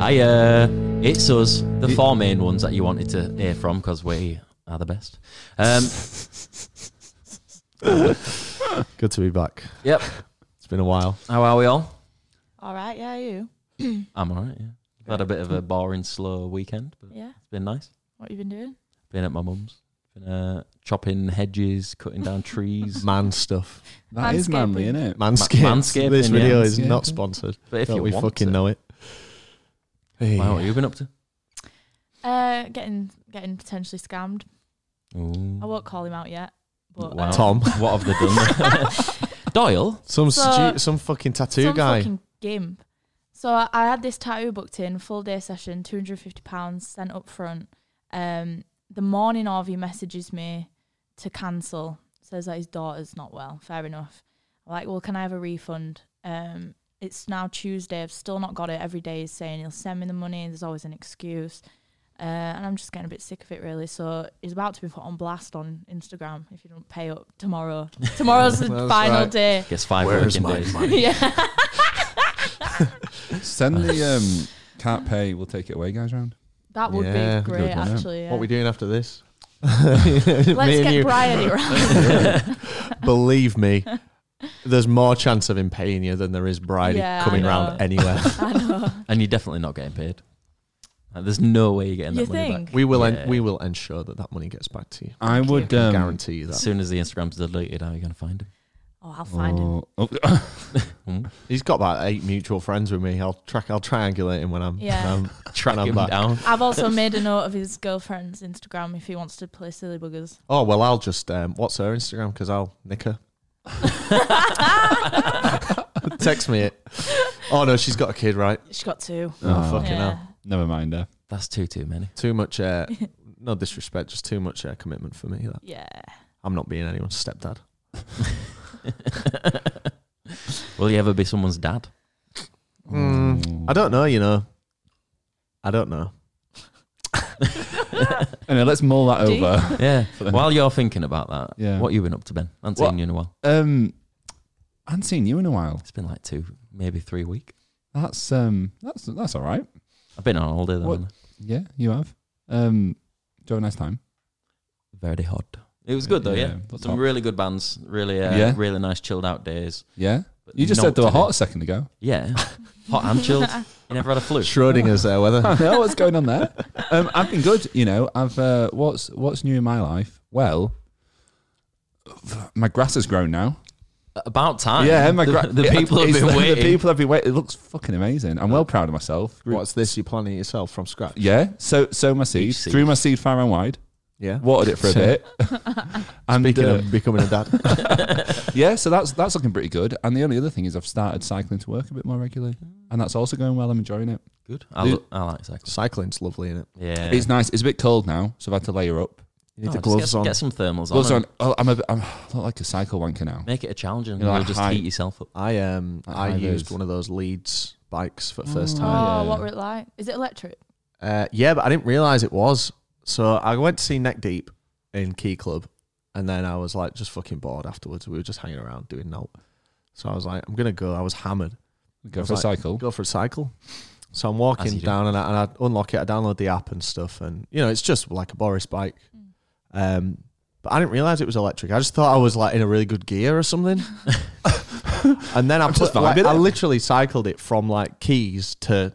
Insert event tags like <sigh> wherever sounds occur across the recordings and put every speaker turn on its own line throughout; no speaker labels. Hiya. It's us, the four main ones that you wanted to hear from because we are the best. Um,
Good to be back.
yep.
<laughs> It's been a while.
How are we all?
All right, yeah, you.
I'm all right. Yeah. I've had a bit of a boring, slow weekend, but
Yeah.
it's been nice.
What you been doing?
Been at my mum's, been uh, chopping hedges, cutting down trees.
<laughs> Man stuff.
That is
Manscaping.
manly, isn't it?
Manscaped.
manscaping,
this
yeah.
video is
Manscaping.
not sponsored.
but if
Don't
you
we
want
fucking
to-
know it. Hey.
Wow, what have you been up to?
Uh, getting getting potentially scammed.
Ooh.
I won't call him out yet. But,
Wow.
uh,
Tom.
What have they done?
<laughs>
<laughs> Doyle?
Some
So-
stu- some fucking tattoo
some
guy.
fucking gimp. So I, I had this tattoo booked in, full day session, two hundred fifty pounds sent up front. Um, the morning of, he messages me to cancel. Says that his daughter's not well. Fair enough. I'm like, well, can I have a refund? Um, it's now Tuesday. I've still not got it. Every day is saying he'll send me the money. There's always an excuse. Uh, and I'm just getting a bit sick of it, really. So he's about to be put on blast on Instagram if you don't pay up tomorrow. Tomorrow's the
Oh, That's
final
right.
day. <laughs>
Guess five working days.
yeah.
Send the um, can't pay, we'll take it away, guys. Round.
That would
Yeah.
be great,
Good one, yeah.
actually. Yeah.
What we doing after this?
<laughs>
<laughs>
Let's get Brian it right.
Believe me, there's more chance of him paying you than there is Bridie
Yeah, I
coming
know.
round anywhere. <laughs>
I know.
<laughs> And you're definitely not getting paid. Like, there's no way you're getting
You
that money
think?
back.
we will
Yeah.
en- we will ensure that that money gets back to you.
I would
I
um,
guarantee you
As
that.
soon as the Instagram's deleted, how are you going to find it?
Oh, I'll find him.
Oh,
<laughs> Mm.
He's got about eight mutual friends with me. I'll track. I'll triangulate him when I'm.
Yeah.
when I'm
Track
I'm
him
back.
down.
I've also made a note of his girlfriend's Instagram if he wants to play silly buggers.
Oh well, I'll just um, what's her Instagram because I'll nick her. <laughs> Text me it. Oh no, she's got a kid, right?
She's got two.
Oh,
Oh,
fucking
yeah.
hell!
Never mind her.
That's too, too many. <laughs>
Too much. Uh, no disrespect, just too much uh, commitment for me. That
Yeah.
I'm not being anyone's stepdad.
Will you ever be
<laughs>
someone's dad?
Oh.
Mm, I don't know. You know, I don't know.
Anyway, let's mull that
Do you?
over.
Yeah.
the-
While you're thinking about that,
<laughs> Yeah.
what you been up to, Ben? I haven't
Well-
seen you in a while.
Um, I hadn't seen you in a while.
It's been like two, maybe three weeks.
That's um, that's that's all right.
I've been on holiday though.
What-
haven't
Yeah, you have. Um, do you have a nice time?
I? Very hot. It was good though, yeah.
Yeah, that's
Some
hot.
really good bands, really, uh,
Yeah.
really nice chilled out days.
Yeah.
But
You just
not
said they were
today.
hot a second ago.
Yeah, hot
<laughs>
and chilled. You never had a flu.
Schrodinger's there,
I
whether
don't know what's going on there. Um, I've been good, you know. I've uh, what's what's new in my life? Well, my grass has grown now.
About time.
yeah, my gra-
Ah, the, the people have
it's-
been
The
waiting.
people have been waiting. It looks fucking amazing. I'm well proud of myself.
what's this? You're planting it yourself from scratch?
Yeah. So sow my seed,
seed.
threw my seed far and wide,
Yeah.
watered it for a bit.
<laughs>
<laughs> and
Speaking
uh,
of becoming
<laughs>
a dad,
yeah, so that's that's looking pretty good. And the only other thing is I've started cycling to work a bit more regularly, and that's also going well. I'm enjoying it.
Good. I,
Dude.
lo- I like cycling.
cycling's lovely, isn't it?
Yeah.
It's nice. It's a bit cold now, so I've had to layer up.
You need
Oh,
the
just
gloves
get,
on.
Get some thermals
Gloves
on.
on. Oh, I'm a bit, I'm <sighs> I look like a cycle wanker now.
Make it a challenge and
You know,
you'll
like
just
high-
heat yourself up.
I um
Like
I
high
used
vis.
one of those Leeds bikes for the first
Oh.
time.
Oh,
yeah.
what were it like? Is it electric?
Uh, yeah, but I didn't realize it was. So I went to see Neck Deep in Key Club, and then I was like just fucking bored afterwards. We were just hanging around doing note. So I was like, I'm gonna go. I was hammered.
Go
It's
for a
like-
cycle.
Go for a cycle. So I'm
As
walking
you do.
down and I, and I unlock it. I download the app and stuff, and you know it's just like a Boris bike. Um, but I didn't realize it was electric. I just thought I was like in a really good gear
<laughs>
or something. and then I put,
just
like,
vibing
I
it.
literally cycled it from like Keys to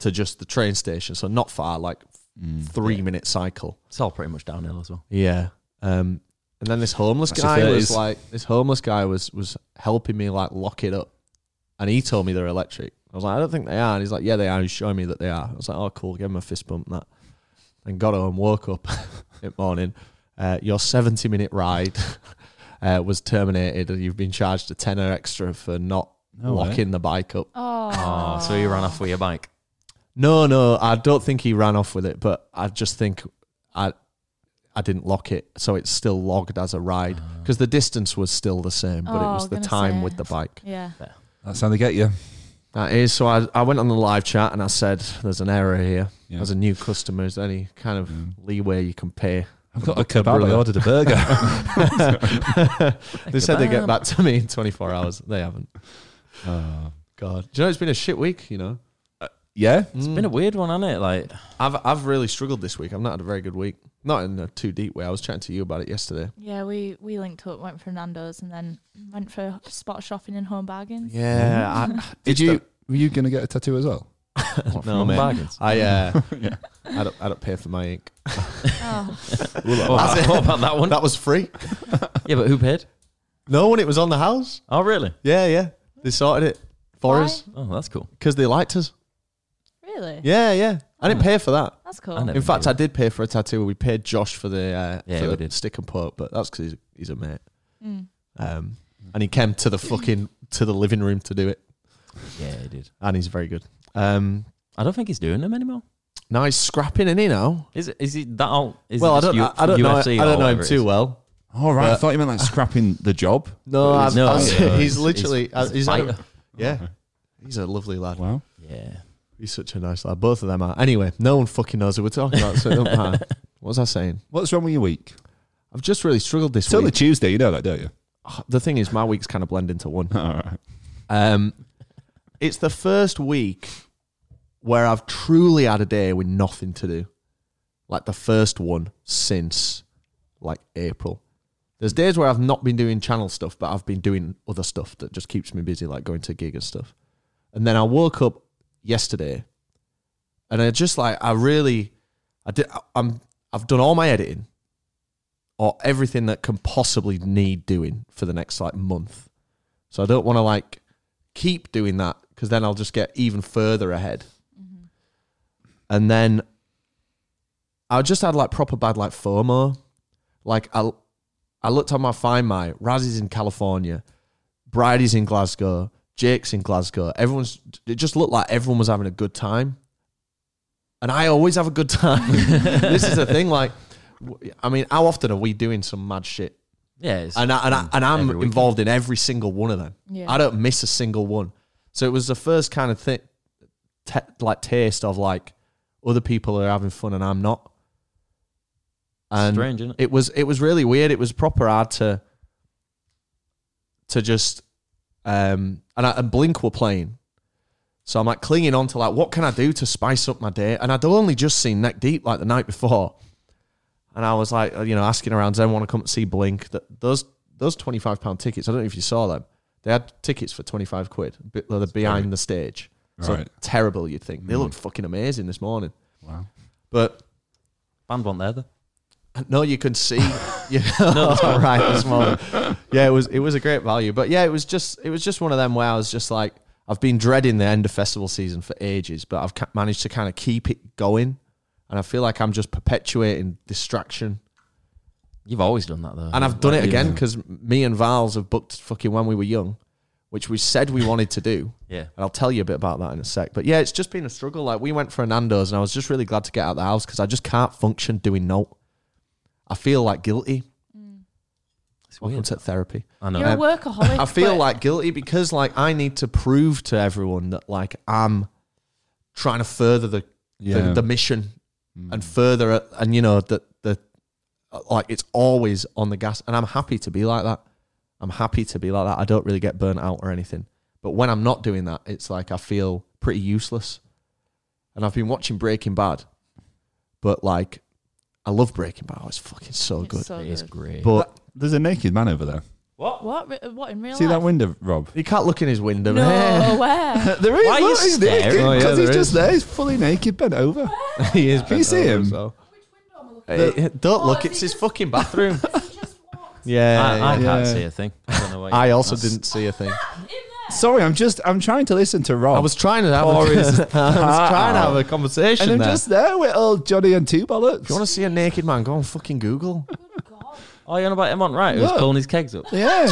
to just the train station, so not far, like
Mm.
three
Yeah.
minute cycle.
It's all pretty much downhill as well.
Yeah. Um, and then this homeless
That's
guy
your
was
30s.
like, this homeless guy was was helping me like lock it up, and he told me they're electric. I was like, I don't think they are. And he's like, Yeah, they are. He's showing me that they are. I was like, Oh, cool. Give him a fist bump and that. And got home, woke up <laughs> in the morning. Uh, your seventy minute ride <laughs> uh, was terminated, and you've been charged a tenner extra for not
No way.
locking the bike up.
Oh.
Oh, so you ran off with your bike.
No, no, I don't think he ran off with it, but I just think I I didn't lock it, so it's still logged as a ride because the distance was still the same, but
Oh,
it
I
was
was
the
gonna
time
say.
with the bike.
Yeah.
That's how they get you.
That is so. I, I went on the live chat and I said, "There's an error here.
Yeah.
As a new customer, is there any kind of leeway you can
<laughs>
pay?"
I've got a kebab. I
brother.
ordered a <laughs>
<laughs>
burger.
Ah. They said they
kebab.
get back to me in 24 hours. They haven't.
Oh.
God, do you know it's been a shit week? You know,
Yeah.
It's Mm. been a weird one, hasn't it? Like,
I've I've really struggled this week. I've not had a very good week. Not in a too deep way. I was chatting to you about it yesterday.
Yeah, we we linked up, went for Nando's, and then went for spot shopping and home
<laughs>
bargains.
Yeah.
<laughs>
I,
Did you? were you gonna get a tattoo as <laughs> well?
what,
No,
from
mate.
bargains.
I uh,
<laughs>
yeah.
I don't I don't pay for my ink.
oh,
What about, what about that one?
That was free.
Yeah, but who paid?
No, when it was on the house.
Oh, really?
Yeah, yeah. They sorted it for
Why?
us
Oh, that's cool.
because they liked us.
really?
Yeah, yeah. I didn't pay for that.
That's cool.
I never
In fact,
knew.
I did pay for a tattoo. We paid Josh for the uh,
Yeah,
for
we
the
did.
stick and poke, but that's because he's, he's a mate.
Mm.
Um, and he came to the fucking to the living room to do it,
yeah, I did.
and he's very good. Um,
I don't think he's doing them anymore.
now he's scrapping in, you know.
Is it? Is he that old? Is
well,
it
I
just
don't,
U-
I, I don't know, I
UFC or
don't know
whatever
him
it
too
is?
well.
All right. I
But-
thought you meant like scrapping the job.
No, I've,
No,
I've-
yeah,
he's
he's-
literally uh,
he's-
he's, had a-
fighter.
yeah, he's a lovely lad.
Wow.
Yeah.
He's such a nice lad. Both of them are. Anyway, no one fucking knows who we're talking about, so it don't matter. What was I saying?
What's wrong with your week?
I've just really struggled this
It's only
week.
Tuesday. You know that, don't you?
<sighs> The thing is, my weeks kind of blend into one.
<laughs> All right.
Um, it's the first week where I've truly had a day with nothing to do. Like the first one since like April. There's days where I've not been doing channel stuff, but I've been doing other stuff that just keeps me busy, like going to a gig and stuff. And then I woke up yesterday, and I just like I really, I did. I- I'm I've done all my editing, or everything that can possibly need doing for the next like month. So I don't want to like keep doing that because then I'll just get even further ahead. And then I just had like proper bad like FOMO. Like I, I looked on my Find My. Raz is in California, Bridie's in Glasgow, Jake's in Glasgow. Everyone's. It just looked like everyone was having a good time. And I always have a good time.
<laughs>
this is the thing. Like, w- I mean, how often are we doing some mad shit?
Yeah. It's,
and I, and, I, and I'm
Every weekend.
involved in every single one of them.
Yeah.
I don't miss a single one. So it was the first kind of thing, te- like taste of like other people are having fun and I'm not. And
strange, isn't it?
it was it was really weird. It was proper hard to to just um and, I, and Blink were playing. So I'm like clinging on to like what can I do to spice up my day? And I'd only just seen Neck Deep like the night before. And I was like, uh, you know, asking around, does anyone want to come and see Blink? That those those twenty five pound tickets, I don't know if you saw them. They had tickets for twenty five quid. bi- They're behind the stage. So
Right. Mm.
terrible, you'd think. They looked fucking amazing this morning.
Wow.
But
Band weren't
<laughs>
there, though.
no, you could see. You no, it's all <laughs> right. This morning. Yeah, it was it was a great value, but yeah, it was just it was just one of them where I was just like, I've been dreading the end of festival season for ages, but I've ca- managed to kind of keep it going, and I feel like I'm just perpetuating distraction.
You've always done that, though.
And I've done it
Like,
again because me and Val's have booked fucking when we were young, which we said we wanted to do.
Yeah.
And I'll tell you a bit about that in a sec. But yeah, it's just been a struggle. Like we went for a Nando's and I was just really glad to get out of the house because I just can't function doing no. I feel like guilty.
It's
Welcome
weird.
to therapy.
I know.
You're a workaholic.
I feel
but
like guilty because like I need to prove to everyone that like I'm trying to further the
Yeah. Mm.
the, the mission and further it, and you know that the like it's always on the gas and I'm happy to be like that. I'm happy to be like that. I don't really get burnt out or anything. But when I'm not doing that, it's like I feel pretty useless. And I've been watching Breaking Bad, but like I love Breaking Bad. Oh, it's fucking so
it's
good.
so
It is
good.
great.
but
There's a naked man over there.
what?
What? Re- What in real
See
life?
that window, Rob?
you can't look in his window. man. <laughs>
No, where?
<laughs> There is.
Why are you
look, he's
staring?
naked
Oh, yeah,
because
there
he's just
is.
there. He's fully naked, bent over.
<laughs> he is.
Can you see
Oh,
him?
Hey, don't
Oh,
look,
has
it's
he
his
just-
fucking bathroom.
just
I,
walked
yeah,
I
I,
can't
Yeah.
see a thing. I don't know why.
also
That's-
didn't see a thing.
in there.
Sorry, I'm just. I'm trying to listen to Rob.
I was trying to have, a, I <laughs>
Or
was
is-
trying to have a conversation
and I'm
there.
just there with old Johnny and two bollocks.
if you want to see a naked man, go on fucking Google.
Oh, you're on about Emont Wright, who's
Look.
pulling his kegs up.
yeah.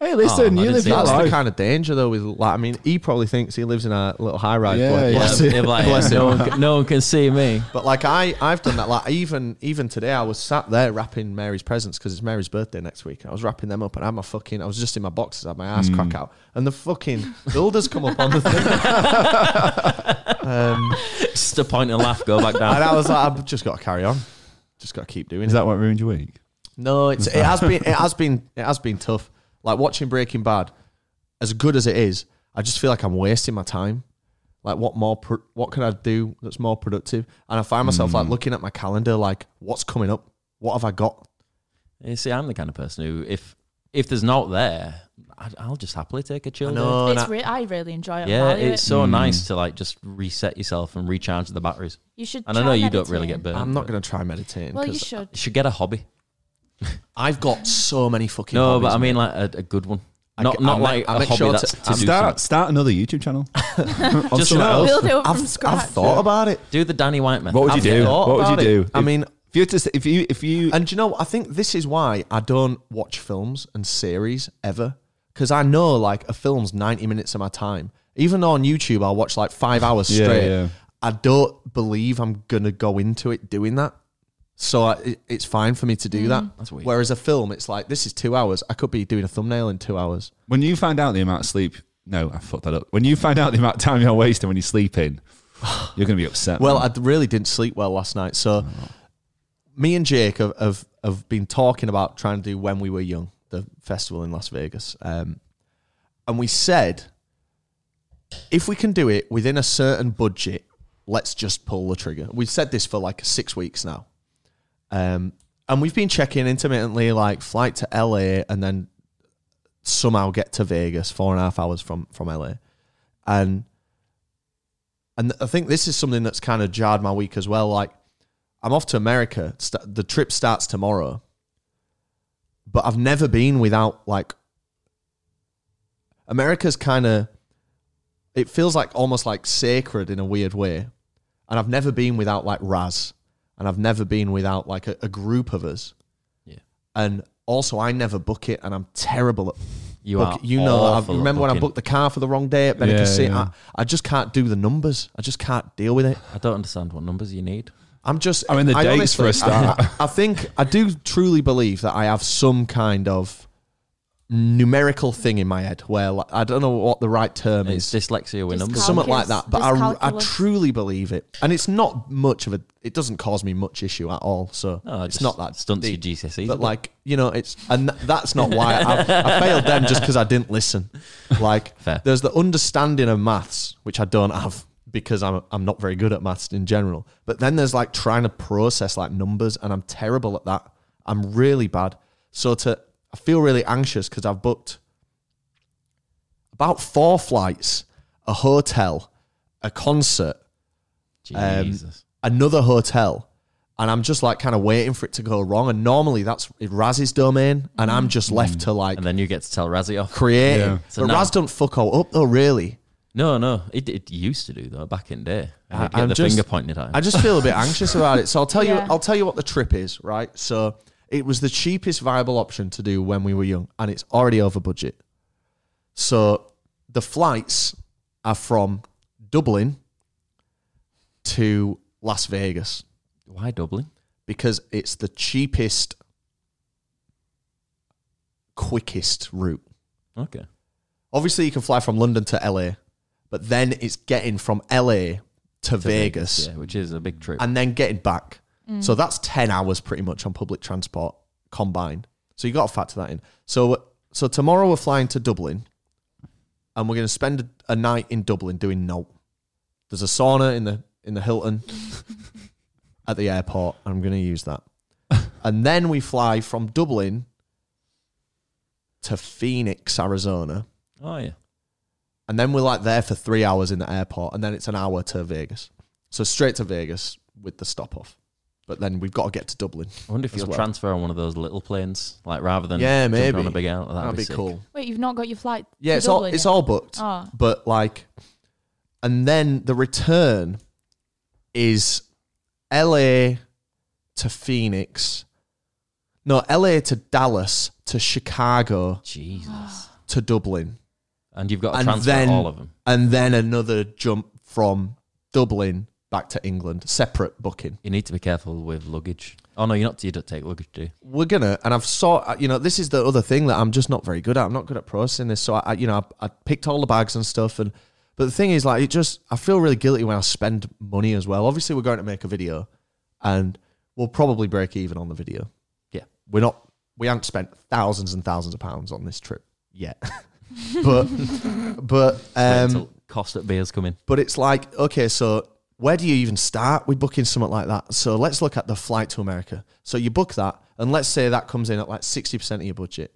Hey, listen,
Oh, I
you
didn't
live
see
that
That's the
life.
kind of danger, though. With like, I mean, he probably thinks he lives in a little high rise.
Yeah, yeah.
bless him.
Yeah, like,
bless
no,
him.
one can, no one can see me.
But like I, I've done that. Like even even today, I was sat there wrapping Mary's presents because it's Mary's birthday next week. I was wrapping them up, and I had my fucking. I was just in my boxes, I had my ass crack out, and the fucking builders come up on the thing.
Just a point and laugh, <laughs> go back
and
down.
I was like, I've just got to carry on. Just got to keep doing
Is
it.
that what ruined your week?
No, it's it has been it has been it has been tough. Like watching Breaking Bad, as good as it is, I just feel like I'm wasting my time. Like, what more? Pro- what can I do that's more productive? And I find myself like
Mm.
looking at my calendar, like, what's coming up? What have I got?
You see, I'm the kind of person who, if if there's not there, I, I'll just happily take a chill.
I
day.
know, and
it's
I-
re- I really enjoy it. I
Yeah,
value it.
it's so
Mm.
nice to like just reset yourself and recharge the batteries.
You should.
And I know
try
you don't really get
meditating.
burnt.
I'm not
but
going to try meditating
Well, you
because
should.
you should get a hobby.
I've got so many fucking.
No,
hobbies,
but I
mate.
mean like a, a good one.
I
not
get-
not
I make-
like
I
a
make
hobby
sure
that's
to-
to,
I'm-
do
Start
something.
start another YouTube <laughs> channel. On
Just
something
what
else.
else?
Build it up from
I've,
scratch.
I've thought about it.
Do the Danny White method.
What would you
I've
do?
thought
What would
about
you
it.
do?
I mean,
If you just if you if you
And do you know, I think this is why I don't watch films and series ever. Because I know like a film's 90 minutes of my time. Even though on YouTube I'll watch like five hours
Yeah,
straight.
yeah.
I don't believe I'm going to go into it doing that. So I, it, it's fine for me to do that.
Mm. That's weird.
Whereas a film, it's like, this is two hours. I could be doing a thumbnail in two hours.
when you find out the amount of sleep, no, I fucked that up. When you find out the amount of time you're wasting when you're sleeping, you're gonna be upset.
Well,
man.
I d- really didn't sleep well last night. So me and Jake have, have, have been talking about trying to do When We Were Young, the festival in Las Vegas. Um, and we said, if we can do it within a certain budget, let's just pull the trigger. We've said this for like six weeks now. Um, and we've been checking intermittently, like flight to LA and then somehow get to Vegas, four and a half hours from, from LA. And and I think this is something that's kind of jarred my week as well. Like, I'm off to America. St- the trip starts tomorrow, but I've never been without like. America's kind of, it feels like almost like sacred in a weird way, and I've never been without like Raz, and I've never been without like a, a group of us,
Yeah.
and also I never book it, and I'm terrible at
You
book-
are.
you know, I
awful at
remember when I
booking.
booked the car for the wrong day at Benica
Yeah,
City.
yeah.
I, I just can't do the numbers. I just can't deal with it.
I don't understand what numbers you need.
I'm just.
I mean, the dates for a
I-
start.
I, I think I do truly believe that I have some kind of numerical thing in my head where like, I don't know what the right term
It's
is,
dyslexia with
Just
numbers.
calm.
something like
Calculus.
that. But I, I
Dyscalculus.
truly believe it, and it's not much of a. It doesn't cause me much issue at all. So
No, Oh, it
it's
just
not that
stunts
deep.
your GCSEs.
But
a bit.
like you know, it's and th- that's not why I, I failed them just because I didn't listen. Like
Fair.
there's the understanding of maths which I don't have because I'm I'm not very good at maths in general. But then there's like trying to process like numbers, and I'm terrible at that. I'm really bad. So to I feel really anxious because I've booked about four flights, a hotel, a concert, um,
Jesus.
another hotel and I'm just like kind of waiting for it to go wrong. And normally that's Raz's domain and I'm just left to like
Mm. and then you get to tell Razzie "Oh, off.
creating.
Yeah.
So
but
now-
Raz don't fuck all up though, really.
No, no. It, it used to do though back in the day. And
I-
he'd get
I'm
the
just-
finger pointed at him.
I just
<laughs>
feel a bit anxious about it. So I'll tell
Yeah.
you I'll tell you what the trip is, right? So it was the cheapest viable option to do when we were young and it's already over budget. So the flights are from Dublin to Las Vegas.
Why Dublin?
because it's the cheapest, quickest route.
Okay.
Obviously, you can fly from London to LA, but then it's getting from LA to, Vegas,
Yeah, which is a big trip.
and then getting back. So that's 10 hours pretty much on public transport combined. So you got to factor that in. So, so tomorrow we're flying to Dublin and we're going to spend a, a night in Dublin doing no. There's a sauna in the in the Hilton at the airport. and I'm going to use that. <laughs> And then we fly from Dublin to Phoenix, Arizona.
oh yeah.
And then we're like there for three hours in the airport, and then it's an hour to Vegas. So straight to Vegas with the stop off. But then we've got to get to Dublin.
I wonder if
as
you'll
well.
transfer on one of those little planes, like rather than
Yeah,
jumping
maybe.
on a big air. That'd,
That'd
be,
be
sick.
cool.
Wait, you've not got your flight?
Yeah,
to
it's all
Dublin
it's
yet?
all booked.
Oh.
But like and then the return is LA to Phoenix. No, LA to Dallas to Chicago
Jesus.
to Dublin.
And you've got to
And
transfer
then-
all of them.
And then another jump from Dublin back to England. Separate booking.
You need to be careful with luggage. Oh no, you're not. You don't take luggage, do you?
we're gonna and i've saw uh, you know this is the other thing that i'm just not very good at i'm not good at processing this so i I- you know I, I picked all the bags and stuff and but the thing is like it just i feel really guilty when i spend money as well obviously we're going to make a video and we'll probably break even on the video
Yeah.
we're not we haven't spent <laughs> thousands and thousands of pounds on this trip yet but but um
Wait till cost at beers coming.
But it's like, okay, so where do you even start with booking something like that? So let's look at the flight to America. So you book that, and let's say that comes in at like 60% of your budget.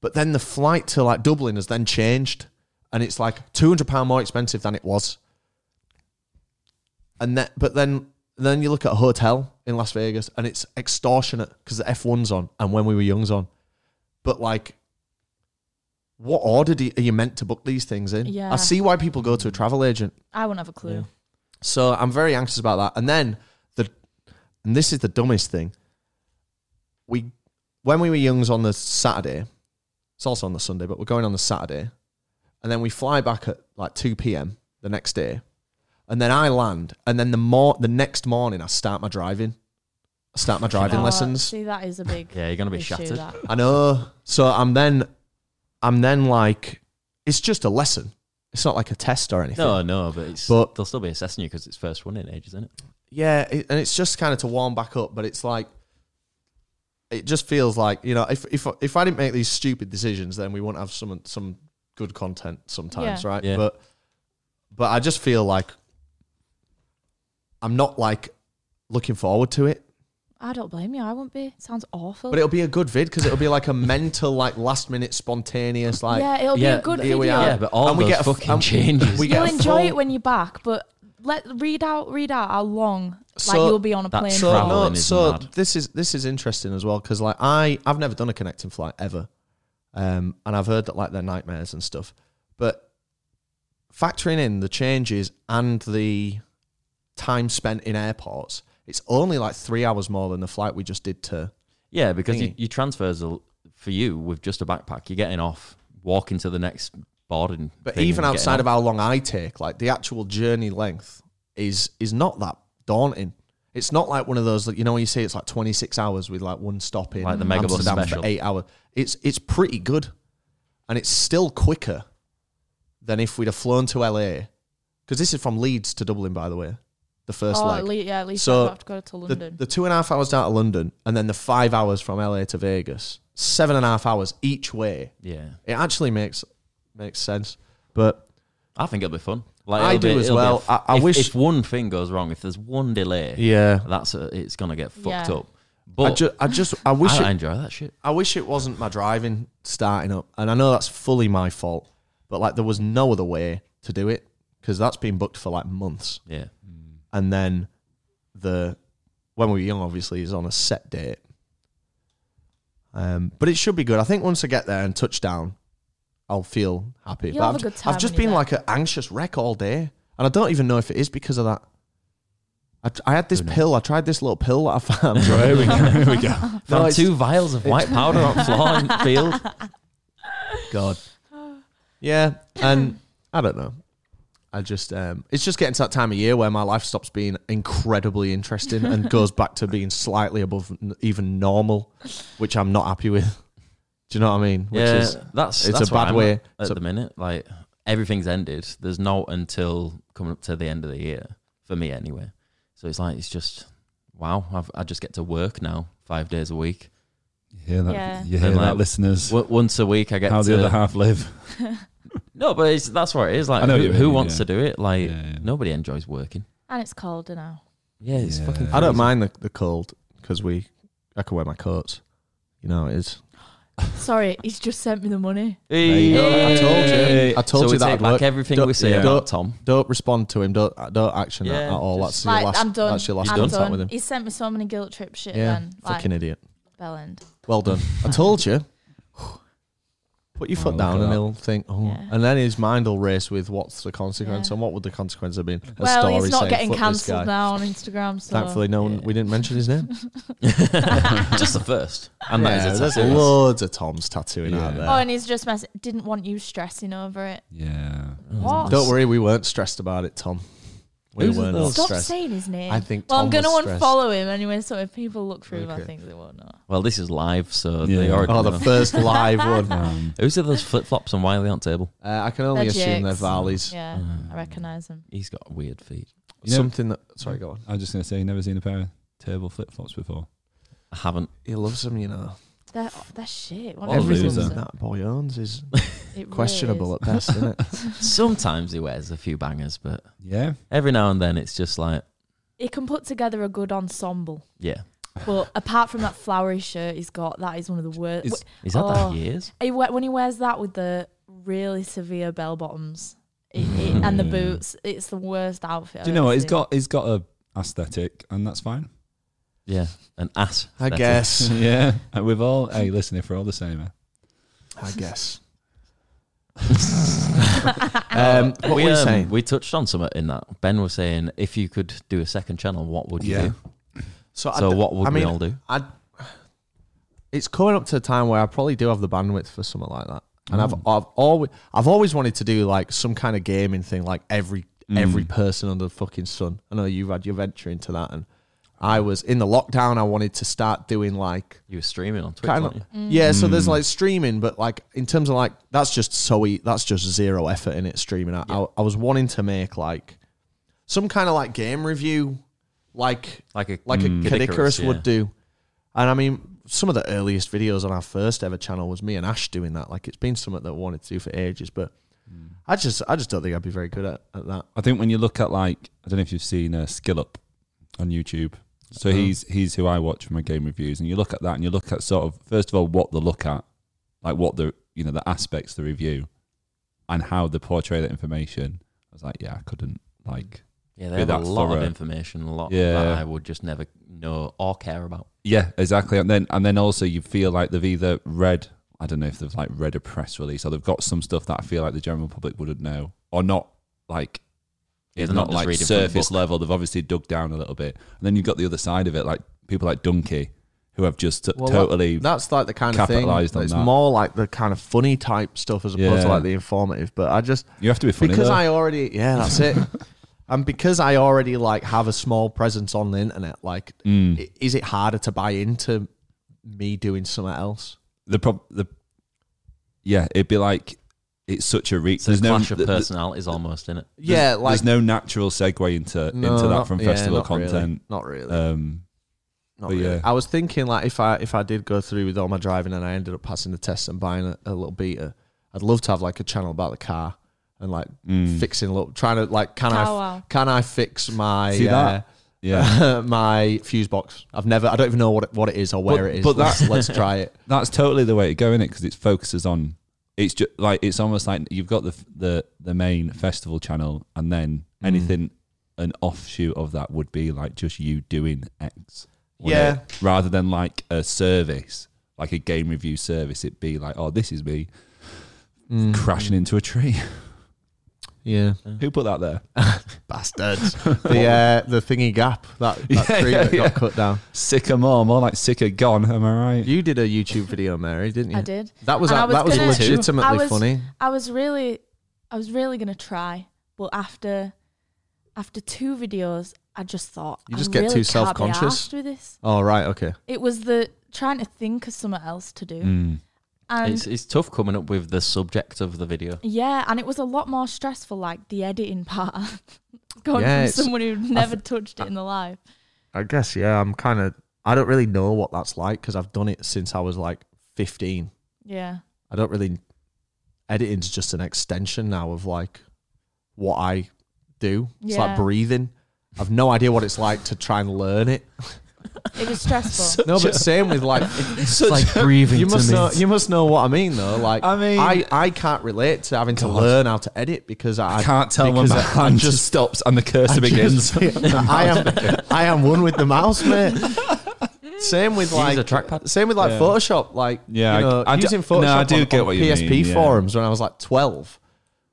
But then the flight to like Dublin has then changed, and it's like £200 more expensive than it was. And that, but then then you look at a hotel in Las Vegas, and it's extortionate because the F1's on, and when we were young's on. But like, what order do you, are you meant to book these things in?
Yeah.
I see why people go to a travel agent.
I won't have a clue.
Yeah. So I'm very anxious about that. And then the and this is the dumbest thing. We when we were youngs on the Saturday, it's also on the Sunday, but we're going on the Saturday, and then we fly back at like two p.m. the next day, and then I land, and then the mor- the next morning I start my driving, I start my driving
Oh,
lessons.
See, that is a big
Yeah, you're gonna be
issue,
shattered.
that.
I know. So I'm then, I'm then like, it's just a lesson. It's not like a test or anything.
No, no, but it's
But-
they'll still be assessing you because it's first one in age, isn't it?
Yeah, it, and it's just kind of to warm back up, but it's like it just feels like you know if if if I didn't make these stupid decisions, then we wouldn't have some some good content sometimes,
Yeah.
right?
Yeah.
But but I just feel like I'm not like looking forward to it,
I don't blame you. I wouldn't be. Sounds awful.
but it'll be a good vid because it'll be like a mental, like last minute, spontaneous, like
yeah, it'll
Yeah,
be a good
here
video.
we are.
Yeah, but all
And we
those
get a f-
fucking
and
changes.
we get
You'll
a
enjoy
full-
it when you're back, but let read out read out how long like
So-
you'll be on a
That's
plane.
so-
for.
traveling
no,
is
so
mad.
this is this is interesting as well because like I I've never done a connecting flight ever, um, and I've heard that like they're nightmares and stuff, but factoring in the changes and the time spent in airports, it's only like three hours more than the flight we just did to.
Yeah, because you,
Thingy.
your transfers are, for you with just a backpack, you're getting off, walking to the next boarding.
But
thing
even
and getting
outside
off.
of how long I take, like the actual journey length is is not that daunting. It's not like one of those that you know when you say it's like twenty six hours with like one stop in
Like the Megabus
Amsterdam
special.
for eight hours. It's it's pretty good, and it's still quicker than if we'd have flown to LA. Because this is from Leeds to Dublin, by the way, the first
Oh,
leg.
at least, yeah, at least
So
I have to go to
the,
London.
the two and a half hours down to London, and then the five hours from LA to Vegas. Seven and a half hours each way.
yeah,
It actually makes makes sense, but.
I think it'll be fun. Like
I
it'll be-
do as
it'll be a
well.
f-
I- I
if,
wish-
if one thing goes wrong, if there's one delay,
Yeah.
that's a, it's gonna get fucked
Yeah.
up.
I,
But
ju- I just I wish
I, I
it,
enjoy that shit.
I wish it wasn't my driving starting up, and I know that's fully my fault, but like there was no other way to do it because that's been booked for like months,
Yeah,
and then the when we were young, obviously, is on a set date. Um, but it should be good. I think once I get there and touch down, I'll feel happy.
You'll
but
have
I've,
a good
ju-
time
I've just
when
been
you're
like an anxious wreck all day, and I don't even know if it is because of that. I, I had this
Who knows?
pill. I tried this little pill that I
<laughs>
<laughs>
found. <laughs>
Here we go. Here we go.
found
it's-
two vials of white powder on floor
<laughs>
in the field.
God. Yeah, and I don't know. I just um it's just getting to that time of year where my life stops being incredibly
<laughs>
interesting and goes back to being slightly above n- even normal, which I'm not happy with. Do you know what I mean? Which
yeah,
is
that's
it's
that's
a
where
bad
I'm
way.
at, at
It's a-
the minute. Like everything's ended. There's no until coming up to the end of the year for me anyway. So it's like it's just wow. I've, I just get to work now five days a week.
You hear that,
Yeah.
you hear
Then,
that
like,
listeners?
W- once a week, I get
How
to
the other half live?
no, but it's, that's what it is. Like
I know what
who,
you
who
mean,
wants
yeah.
to do it? Like
Yeah, yeah.
nobody enjoys working.
<laughs> and it's colder now.
Yeah, it's
Yeah.
fucking.
I don't
crazy.
mind the, the cold because we I can wear my coats. You know how it is.
Sorry, he's just sent me the money.
There you go. I told
Hey.
you. I told
so
you
we
that.
take
I'd work.
back everything
Don't-
we say
yeah.
about Tom. <laughs>
Don't respond to him. Don't don't action that
Yeah,
at all.
just-
That's your
like
last.
I'm done.
That's your last
I'm
contact
done.
with him.
He sent me so many guilt trip shit.
Yeah,
then like
Fucking idiot.
bellend.
Well done. I told you. Put your
Oh,
foot
look
down
at
and
that.
he'll think, oh.
Yeah.
And then his mind will race with what's the consequence
Yeah.
and what would the consequence have been? A
Well, he's
story
not
saying,
getting
"Fuck this guy."
cancelled now on Instagram. So
Thankfully, no one, we didn't mention his name.
Just the first, and that
Yeah,
is a
there's
tattoo.
loads of Tom's tattooing out
Yeah.
there.
Oh, and he's just mess- didn't want you stressing over it.
Yeah.
What?
Don't worry, we weren't stressed about it, Tom. We
Who's
weren't
those?
Stop
stressed.
saying his name.
I think
well,
Tom
I'm gonna
was stressed.
unfollow him anyway. So if people look through him,
Okay.
I think they won't know.
Well, this is live, so they
Yeah.
already
Oh, the
know.
first live
<laughs>
one. Uh,
Um,
Who's at those flip flops and why are they on table?
I can only
They're
assume they're
jigs.
valleys. Oh.
Yeah, I recognise him.
He's got weird feet.
You know-
Something that. Sorry, go on.
I was just going to say, never seen a pair of table flip flops before.
I haven't.
He loves them, you know.
That that shit. One
What a
of those
loser.
ones.
that boy owns is
It
Questionable
Really
at best, isn't it?
<laughs>
Sometimes he wears a few bangers, but
Yeah.
every now and then it's just like,
is. He can put together a good ensemble.
yeah,
But apart from that flowery shirt he's got, that is one of the worst.
It's-
he's had that
Oh.
for years.
He, we- when he wears that with the really severe bell bottoms it, it, and the
Yeah.
boots, it's the worst outfit.
Do you
I've
know
ever
what? He's
seen.
got he's got a aesthetic, and that's <laughs> fine.
Yeah, an ass.
I
aesthetic.
guess.
<laughs>
yeah. And Uh, we've all hey, listen, if we're all the same, eh?
I guess. um, what were
we,
you
um,
saying?
we touched on something in that. Ben was saying if you could do a second channel, what would you
Yeah.
do?
So,
So
I d-
what would
I
we
mean,
all do?
I'd, it's coming up to a time where I probably do have the bandwidth for something like that. And I've
Mm.
I've always I've always wanted to do like some kind of gaming thing, like every
Mm.
every person under the fucking sun. I know you've had your venture into that, and I was in the lockdown. I wanted to start doing like
You were streaming on Twitch,
kind
weren't
of
you?
yeah. So there's like streaming, but like in terms of like that's just so e- that's just zero effort in it streaming. I, I I was wanting to make like some kind of like game review, like
Like a
like a Kid Icarus
yeah.
would do. And I mean, some of the earliest videos on our first ever channel was me and Ash doing that. Like it's been something that I wanted to do for ages, but I just I just don't think I'd be very good at, at that.
I think when you look at like I don't know if you've seen uh, Skill Up on YouTube. So he's he's who I watch for my game reviews, and you look at that, and you look at sort of first of all what they look at, like what the you know the aspects of the review, and how they portray that information. I was like, yeah, I couldn't like
Yeah,
be
they have a
that
lot
thorough.
of information, a lot
Yeah.
that I would just never know or care about.
Yeah, exactly. And then and then also you feel like they've either read I don't know if they've like read a press release or they've got some stuff that I feel like the general public wouldn't know or not like
Yeah,
it's
they're
not,
not just
like
reading from a
surface
book.
level. They've obviously dug down a little bit. And then you've got the other side of it, like people like Donkey who have just t-
Well, that-
totally
That's like the kind of thing.
Capitalised on
It's
that.
more like the kind of funny type stuff as opposed to
Yeah.
like the informative. But I just
You have to be funny
because
though.
I already yeah that's
<laughs>
it. And because I already like have a small presence on the internet, like
Hmm. Mm.
i- is it harder to buy into me doing something else?
the prob the Yeah, it'd be like it's such a reach.
It's a clash of
th- th-
personalities almost, in it?
Yeah,
there's-
like
there's no natural segue into
No,
into that
not-
from
yeah,
festival
not really.
content.
Not really.
Um
Not
But
really.
yeah.
I was thinking like if I if I did go through with all my driving and I ended up passing the test and buying a, a little beater, I'd love to have like a channel about the car and like
Hmm. mm,
fixing little trying to like can I f-
Oh, wow.
can I fix my
See that? yeah.
uh, <laughs> my fuse box? I've never I don't even know what it, what it is or where
But-
it is.
but
let's,
that-
let's try it.
that's totally the way to go in it because it focuses on it's just like it's almost like you've got the f- the the main festival channel and then anything an offshoot of that would be like just you doing X wouldn't
<laughs> Yeah.
it? rather than like a service like a game review service it'd be like oh this is me crashing into a tree
Mm.
<laughs>
Yeah,
who put that there
bastards. <laughs> the uh, the thingy gap that, <laughs> that
Yeah,
tree
yeah,
that
yeah.
got cut down.
sycamore more like sicker gone am I right
You did a YouTube video, Mary, didn't you?
I did.
That was,
And I
that
was
was
gonna- I
legitimately
was-
funny.
I was really, I was really gonna try, but after, after two videos, I just thought
You just
I
get
really
too
can't be
self-conscious.
arsed With this,
Oh right, okay.
it was the trying to think of something else to do,
Mm.
and
It's, it's tough coming up with the subject of the video.
yeah, and it was a lot more stressful, like the editing part. <laughs> Going
Yeah,
from
it's-
someone who never touched it in their life.
I guess yeah. I'm kind of. I don't really know what that's like because I've done it since I was like 15.
Yeah,
I don't really. Editing's just an extension now of like what I do. It's like
Yeah.
breathing. I've no idea what it's like to try and learn it. <laughs>
it was stressful.
No,
<laughs>
but same with like
It's like breathing
you must know you must know what I mean though. Like
I mean-
I, I can't relate to having to
God.
learn how to edit because I,
I can't tell when
because
my
I- I
hand just stops and the cursor begins <laughs>
<laughs> I am I am one with the mouse, mate. Same with like
a trackpad.
Same with like
Yeah.
Photoshop, like
Yeah,
you
I-
know,
I d-
using
no,
Photoshop
I do
on,
get
on
what you mean,
PSP
yeah.
forums when I was like twelve.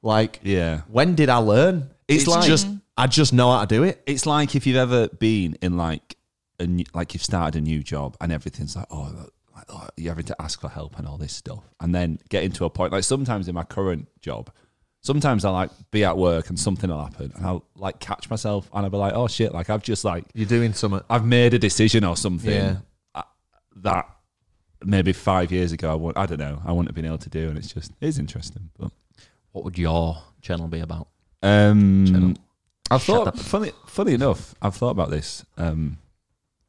Like,
yeah
when did I learn?
It's like-
just I just know how to do it.
it's like if you've ever been in like a new, like you've started a new job and everything's like oh, like, oh you're having to ask for help and all this stuff and then get into a point like sometimes in my current job sometimes i'll like be at work and something will happen and i'll like catch myself and i'll be like oh shit like i've just like
You're doing something.
i've made a decision or something
Yeah.
uh, that maybe five years ago i would i don't know i wouldn't have been able to do and it's just it's interesting but
What would your channel be about?
um, I've
Shut
thought,
up.
funny, funny enough, I've thought about this um,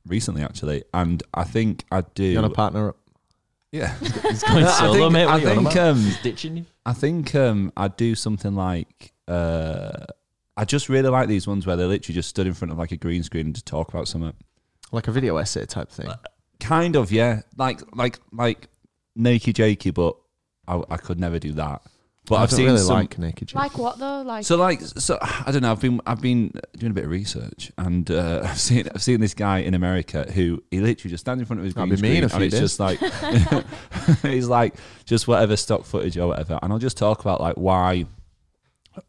recently actually, and I think I do.
You want to partner up?
yeah,
It's going
I
solo,
<laughs> think,
mate. What
I
are you on
think
about?
um,
uh, Ditching you?
I think um, I'd do something like uh, I just really like these ones where they literally just stood in front of like a green screen and just talk about something.
Like a video essay type thing.
Kind of, yeah. Like like like Nakey Jakey, but I, I could never do that. But
I
I've
don't
seen
really
some.
like naked. Jake.
Like what though? Like
so like so I don't know. I've been I've been doing a bit of research and uh, <laughs> I've seen I've seen this guy in America who he literally just stands in front of his
That'd
green
be me in
screen
a
and it's
few days.
just like he's like <laughs> just whatever stock footage or whatever, and I'll just talk about like why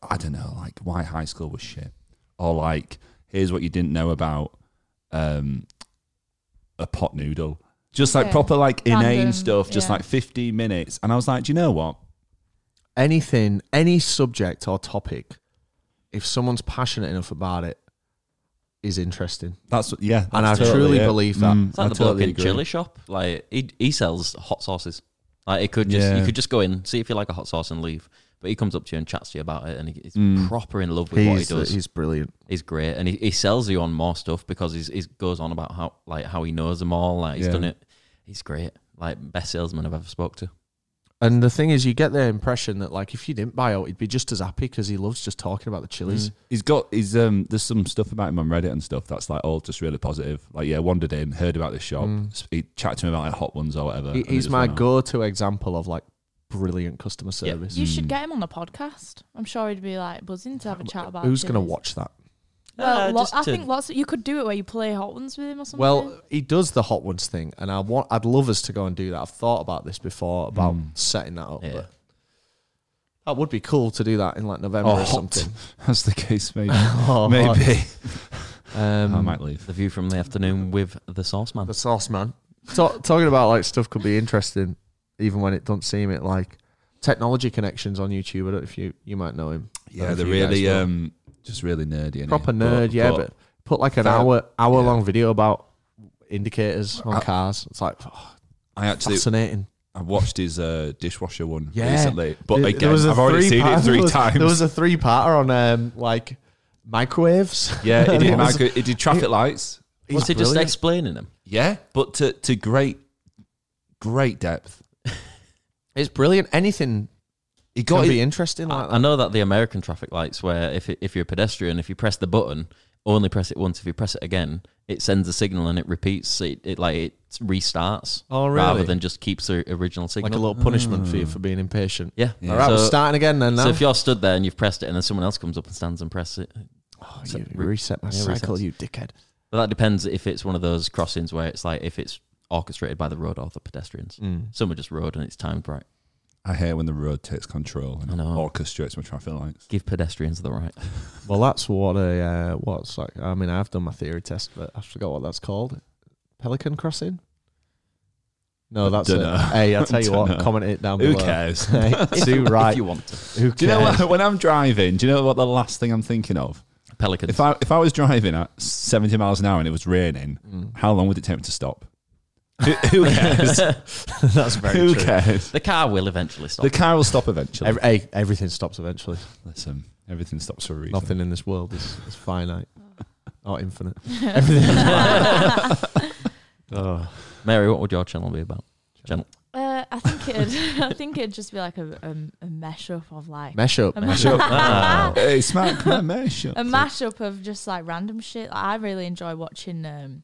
I don't know like why high school was shit or like here's what you didn't know about um a pot noodle. Just like
Yeah.
proper like inane
Random,
stuff, just
yeah.
like 15 minutes. And I was like, do you know what?
Anything, any subject or topic, if someone's passionate enough about it, is interesting.
That's yeah.
And
that's
I
totally
truly
it. Mm,
believe that.
It's like the bloke in chili shop. Like he, he sells hot sauces. Like it could just
Yeah.
you could just go in, see if you like a hot sauce and leave. But he comes up to you and chats to you about it, and he- he's
Mm.
proper in love with what he
He's, uh,
does.
he's brilliant.
He's great, and he, he sells you on more stuff because he's, he goes on about how like how he knows them all. Like he's
Yeah.
done it. He's great. Like best salesman I've ever spoke to.
And the thing is, you get the impression that like if you didn't buy out, he'd be just as happy because he loves just talking about the chilies.
Mm.
He's got he's um there's some stuff about him on Reddit and stuff that's like all just really positive. Like yeah, wandered in, heard about this shop, s- he chatted to him about like hot ones or whatever.
Mm. He-
and they
he's
just
my
went out.
go-to example of like brilliant customer service.
you should get him on a podcast. I'm sure he'd be like buzzing to have a chat about.
Who's gonna
chilies.
watch that?
Well,
Uh,
lo-
just
I
to-
think lots. Of, you could do it where you play hot ones with him or something.
Well, he does the hot ones thing, and I want I'd love us to go and do that. I've thought about this before about setting that up.
Mm. Yeah.
But that would be cool to do that in like November
Oh,
or
hot.
<laughs>
something.
That's the case, maybe.
Oh,
maybe
hot. Um,
I might leave.
The view from the afternoon with the sauce man.
the sauce man. Ta- talking about like stuff could be interesting, even when it do not seem it. Like technology connections on YouTube. I don't know if you you might know him.
Yeah,
if
they're
you guys
really
will.
um just really nerdy. innit?
Proper nerd, yeah. But, put like an
Fair.
hour hour
Yeah.
long video about indicators on
I-
cars. It's like oh,
I actually
fascinating.
I watched his uh, dishwasher one
Yeah.
recently, but
There-
again,
there was a
I've already seen
three-part-
it three
there was-
times.
<laughs> There was a three parter on um like microwaves.
yeah, it did,
It was-
micro, it did traffic lights.
<laughs> He's
Was he just
brilliant.
explaining him?
Yeah, but to to great great depth.
It's brilliant. Anything
He
got
got
to
his
be interesting
I,
like
I
that.
know that the American traffic lights, where if it- if you're a pedestrian, if you press the button, only press it once. If you press it again, it sends a signal and it repeats. It, it like it restarts
Oh,
rather
really?
than just keeps the original signal.
Like a little punishment for you for being impatient.
yeah.
Yeah.
All right, we're
So-
starting again then. Now.
So if you're stood there and you've pressed it, and then someone else comes up and stands and presses it,
Oh,
so-
you reset my
yeah,
cycle,
resets.
you dickhead.
but that depends if it's one of those crossings where it's like if it's orchestrated by the road or the pedestrians.
Mm.
Some are just road and it's timed right.
I hate when the road takes control and
I know.
orchestrates my traffic lights.
Give pedestrians the right.
Well, that's what a uh, what's like. I mean, I've done my theory test, but I forgot what that's called. Pelican crossing. No, that's it.
Dunno.
<laughs> Hey, I'll tell you what.
Dunno.
Comment it down
Who
below.
cares?
<laughs> Hey, do
If
right.
you want to.
Who cares?
Do you know what, when I'm driving? Do you know what the last thing I'm thinking of?
Pelicans. <laughs>
If I if I was driving at 70 miles an hour and it was raining,
Mm.
how long would it take me to stop? Who,
<laughs>
who cares?
<laughs> That's very
who
true.
cares?
the car will eventually stop.
The car will stop eventually.
Ev- hey, everything stops eventually.
Listen, everything stops for a reason.
Nothing in this world is, is <laughs> finite or infinite. Everything is finite. oh.
Mary, what would your channel be about? Channel.
<laughs> uh, I think it'd. <laughs> I think it'd just be like a a, a mesh up of like
Mesh up.
a
man.
<laughs>
mash up.
<laughs>
Oh,
Hey, smack my mesh.
a mashup of just like random shit. Like, I really enjoy watching um,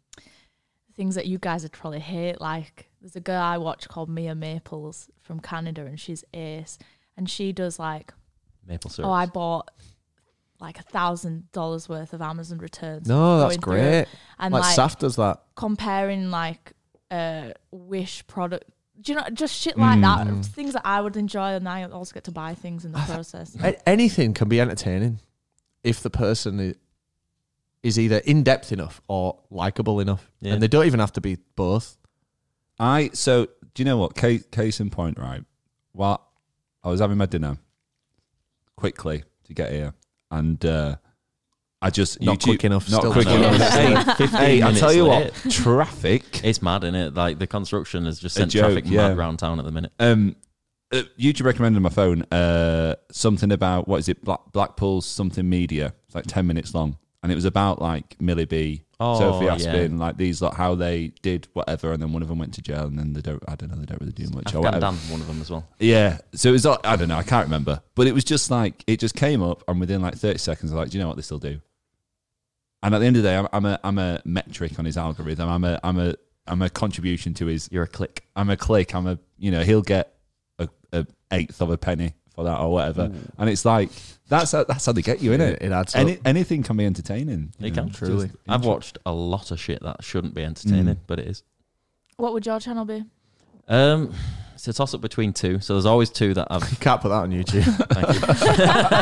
things that you guys would probably hate. Like there's a girl I watch called Mia Maples from Canada, and she's ace, and she does like
Maple syrup.
oh I bought like a thousand dollars worth of Amazon returns.
No, that's
going through it,
great.
And
Like,
like,
Saf does that.
comparing like uh wish product. Do you know just shit like
Mm.
that? Things that I would enjoy, and I also get to buy things in the process.
A- anything can be entertaining if the person i- is either in depth enough or likable enough,
Yeah.
and they don't even have to be both.
I so do you know what? Case, case in point, right? Well, I was having my dinner quickly to get here, and uh, I just
Not
YouTube-
quick enough,
Not
still
quick
not.
enough.
Hey, 15
hey, I
minutes
tell you what,
late.
traffic.
It's mad, isn't it? Like the construction has just
A
sent
joke,
traffic
yeah.
mad round town at the minute.
Um, uh, YouTube recommended on my phone uh, something about what is it? Black, Blackpool something media. It's like ten minutes long. and it was about like Millie B,
Oh,
Sophie
yeah.
Aspin, like these, like how they did whatever, and then one of them went to jail, and then they don't, I don't know, they don't really do much or
Afghan
whatever.
Dan, one of them as well.
Yeah. So it was, like, I don't know, I can't remember. But it was just like, it just came up, and within like 30 seconds, I was like, do you know what this will do? And at the end of the day, I'm, I'm, a, I'm a metric on his algorithm. I'm a, I'm a, I'm a contribution to his,
You're a click.
I'm a click. I'm a, you know, he'll get a, a eighth of a penny for that or whatever. And it's like, that's how, that's how they get you, innit?
It, it adds
Any,
up.
anything can be entertaining. you
It can.
just
Truly.
I've
inter-
watched a lot of shit that shouldn't be entertaining,
Mm.
but it is.
What would your channel be?
Um, it's a toss up between two. So there's always two that I've.
You can't put that on <laughs> YouTube.
thank you.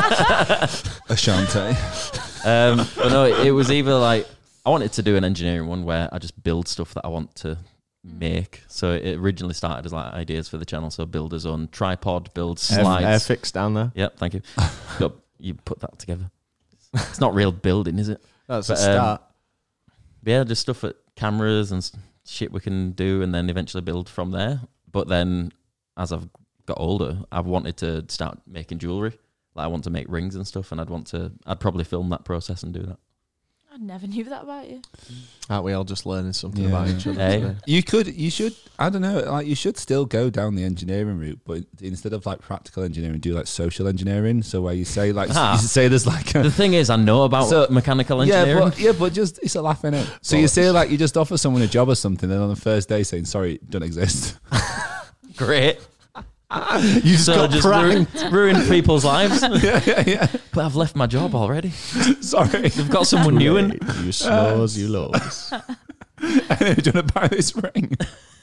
<laughs>
<laughs>
Ashante.
Um, but no, it, it was either like I wanted to do an engineering one where I just build stuff that I want to make. So it originally started as like ideas for the channel. So builders on tripod, build slides.
Airfix down there.
Yep, thank you. Got- you put that together. It's not real building, is it?
That's
But,
a
um,
start.
But yeah, just stuff at cameras and s- shit we can do, and then eventually build from there. But then, as I've got older, I've wanted to start making jewelry. Like I want to make rings and stuff, and I'd want to. I'd probably film that process and do that.
I never knew that about you.
Aren't we all just learning something
Yeah.
about each other?
Hey.
today?
You could, you should, I don't know, like you should still go down the engineering route, but instead of like practical engineering, do like social engineering. So where you say like,
Ah.
you say there's like a.
The thing is, I know about
So-
mechanical
<laughs> Yeah
engineering. <laughs>
but, yeah, but just it's a laugh in it. So you say like you just offer someone a job or something, then on the first day saying sorry, it don't exist. <laughs>
Great.
You just
so
got
just ruin,
pranked.
ruin people's lives.
yeah, yeah, yeah.
but I've left my job already.
Sorry, <laughs>
They've got someone new in.
<laughs> You snores, you lows.
do you want to buy this ring? <laughs>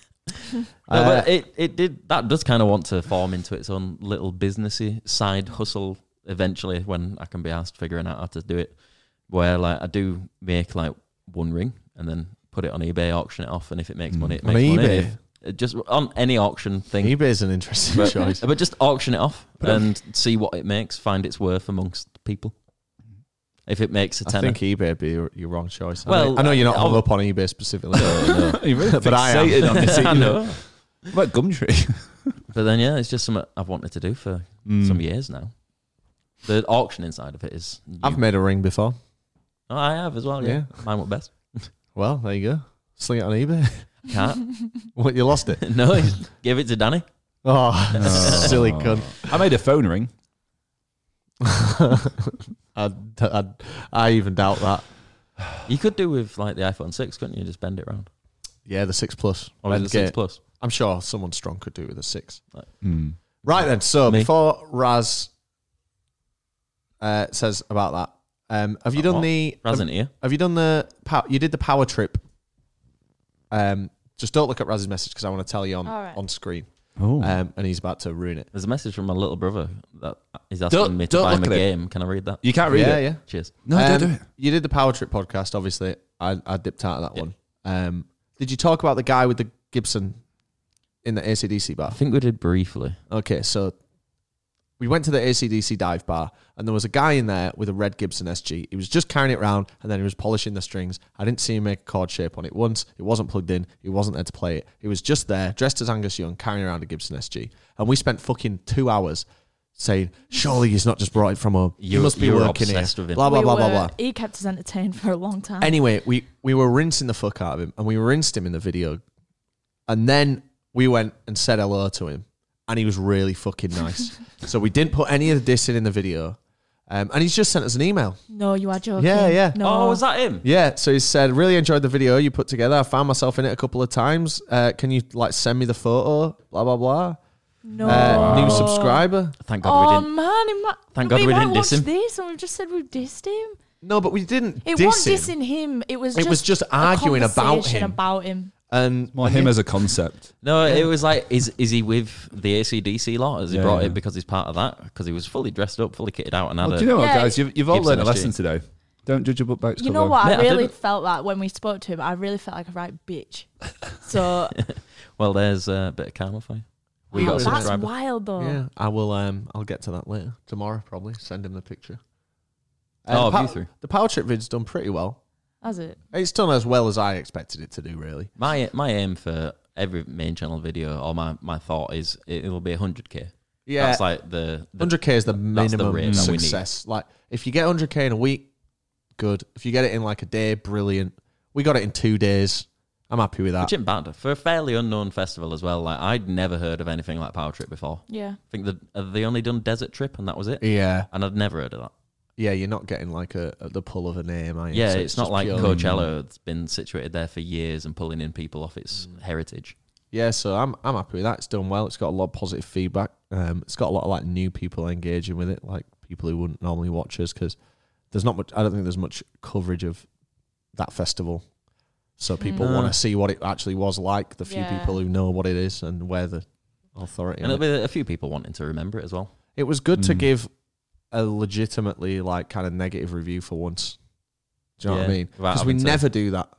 No,
Uh,
but it, it did that does kind of want to form into its own little businessy side hustle eventually when I can be asked figuring out how to do it. Where like I do make like one ring and then put it on eBay, auction it off, and if it makes money, it
Mm. On
makes money.
eBay?
If- uh, just on any auction thing,
eBay is an interesting
But-
choice.
but just auction it off
But I'm-
and see what it makes. Find its worth amongst people. If it makes a
I
tenner,
think eBay would be your, your wrong choice. I
Well,
know- I know you're not all
I'll-
up on eBay specifically.
You really
<laughs> But I am.
fixated on this,
I
you
know.
What about Gumtree?
But then yeah, it's just something I've wanted to do for
Hmm.
some years now. The auctioning side of it is. New.
I've made a ring before.
Oh, I have as well. Yeah, mine went best.
Well, there you go. Sling it on eBay.
Can't.
what, you lost
<laughs>
it?
no, he's- give it to Danny.
Oh, <laughs> silly
Oh.
cunt.
I made a phone ring.
<laughs> I, I, I even doubt that.
You could do with like the iPhone six, couldn't you? Just bend it round.
Yeah, the 6 Plus.
Or is it
Bend
the six
gate.
plus?
I'm sure someone strong could do with a 6.
Mm.
Right then, so
Me.
before Raz uh, says about that, um, have you
About
done
what?
the
Raz isn't here.
Have you done the pow- you did the power trip? Um, just don't look at Raz's message because I want to tell you on
All right.
on screen.
Oh,
Um, and he's about to ruin it.
There's a message from my little brother that is asking
Don't-
me to
don't
buy him a
look at it.
game. Can I read that?
you can't read
yeah,
it.
yeah.
Cheers.
No,
Um,
don't do it.
You did the power trip podcast, obviously. I, I dipped out of that
Yeah.
one. Um, did you talk about the guy with the Gibson in the ACDC bar?
I think we did briefly.
Okay, so we went to the ACDC dive bar, and there was a guy in there with a red Gibson SG. He was just carrying it around, and then he was polishing the strings. I didn't see him make a chord shape on it once. It wasn't plugged in. He wasn't there to play it. He was just there, dressed as Angus Young, carrying around a Gibson SG. And we spent fucking two hours saying, "Surely he's not just brought it from home. You
You-
must be
you were
working here."
obsessed with him.
Blah blah
We
blah blah
were-
blah.
He kept us entertained for a long time.
Anyway, we we were rinsing the fuck out of him, and we rinsed him in the video, and then we went and said hello to him, and he was really fucking
<laughs>
nice. so we didn't put any of the dissing in the video, um, and he's just sent us an email.
no, you are joking.
Yeah, yeah.
No.
Oh, was that him?
Yeah, so he said, really enjoyed the video you put together. I found myself in it a couple of times. Uh, can you like send me the photo? Blah blah blah.
no.
Uh, new subscriber.
Thank God we
Oh
didn't.
man, it might,
Thank
but
God
he
we
might
didn't diss
watch
him.
This and we just said we dissed him.
No, but we didn't.
It
diss him.
wasn't dissing him. It was.
It
just
was just
a
arguing about
conversation
him.
About him.
And
Well, him as a concept.
No, it was like, is is he with the ACDC lot? Has he
Yeah,
brought
yeah.
it because he's part of that? Because he was fully dressed up, fully kitted out, and had
Well,
a
do you know what,
Yeah.
guys? You've, you've all
Gibson
learned a
SG.
lesson today. Don't judge a book by its
You
cover.
know what?
Mate, I
I really
didn't-
felt that when we spoke to him. I really felt like a right bitch. So
Well, there's a bit of karma for you. <laughs> We got
wow,
a
Oh, that's
subscriber.
wild though.
Oh.
Yeah, I will. Um, I'll get to that later tomorrow. Probably send him the picture.
Oh,
the,
have
pow-
you three?
the power trip vid's done pretty well.
That's it.
It's done as well as I expected it to do. Really,
My my aim for every main channel video or my, my thought is it, it'll be 100k.
yeah.
That's like the, the
Hundred k is the
that's the
minimum
rate that we need.
success. Like, if you get hundred k in a week, good. If you get it in like a day, brilliant. We got it in two days. I'm happy with that.
Which isn't bad for a fairly unknown festival as well. Like I'd never heard of anything like Power Trip before.
Yeah.
I think that uh, they only done Desert Trip and that was it.
Yeah,
And I'd never heard of that.
yeah. You're not getting like a, a- the pull of a name. Are you?
Yeah,
So
it's, not
just
like
purely-
Coachella. It's been situated there for years and pulling in people off its
Mm.
heritage.
Yeah, so I'm I'm happy with that. It's done well. It's got a lot of positive feedback. Um, it's got a lot of like new people engaging with it, like people who wouldn't normally watch us because there's not much. I don't think there's much coverage of that festival, so people
No.
want to see what it actually was like. The few
Yeah.
people who know what it is and where the authority.
And Hmm.
on it.
there'll be a few people wanting to remember it as well.
It was good to
Mm.
give a legitimately like kind of negative review for once. Do you know what I
Yeah,
mean?
without
Because we
having to-
never do that.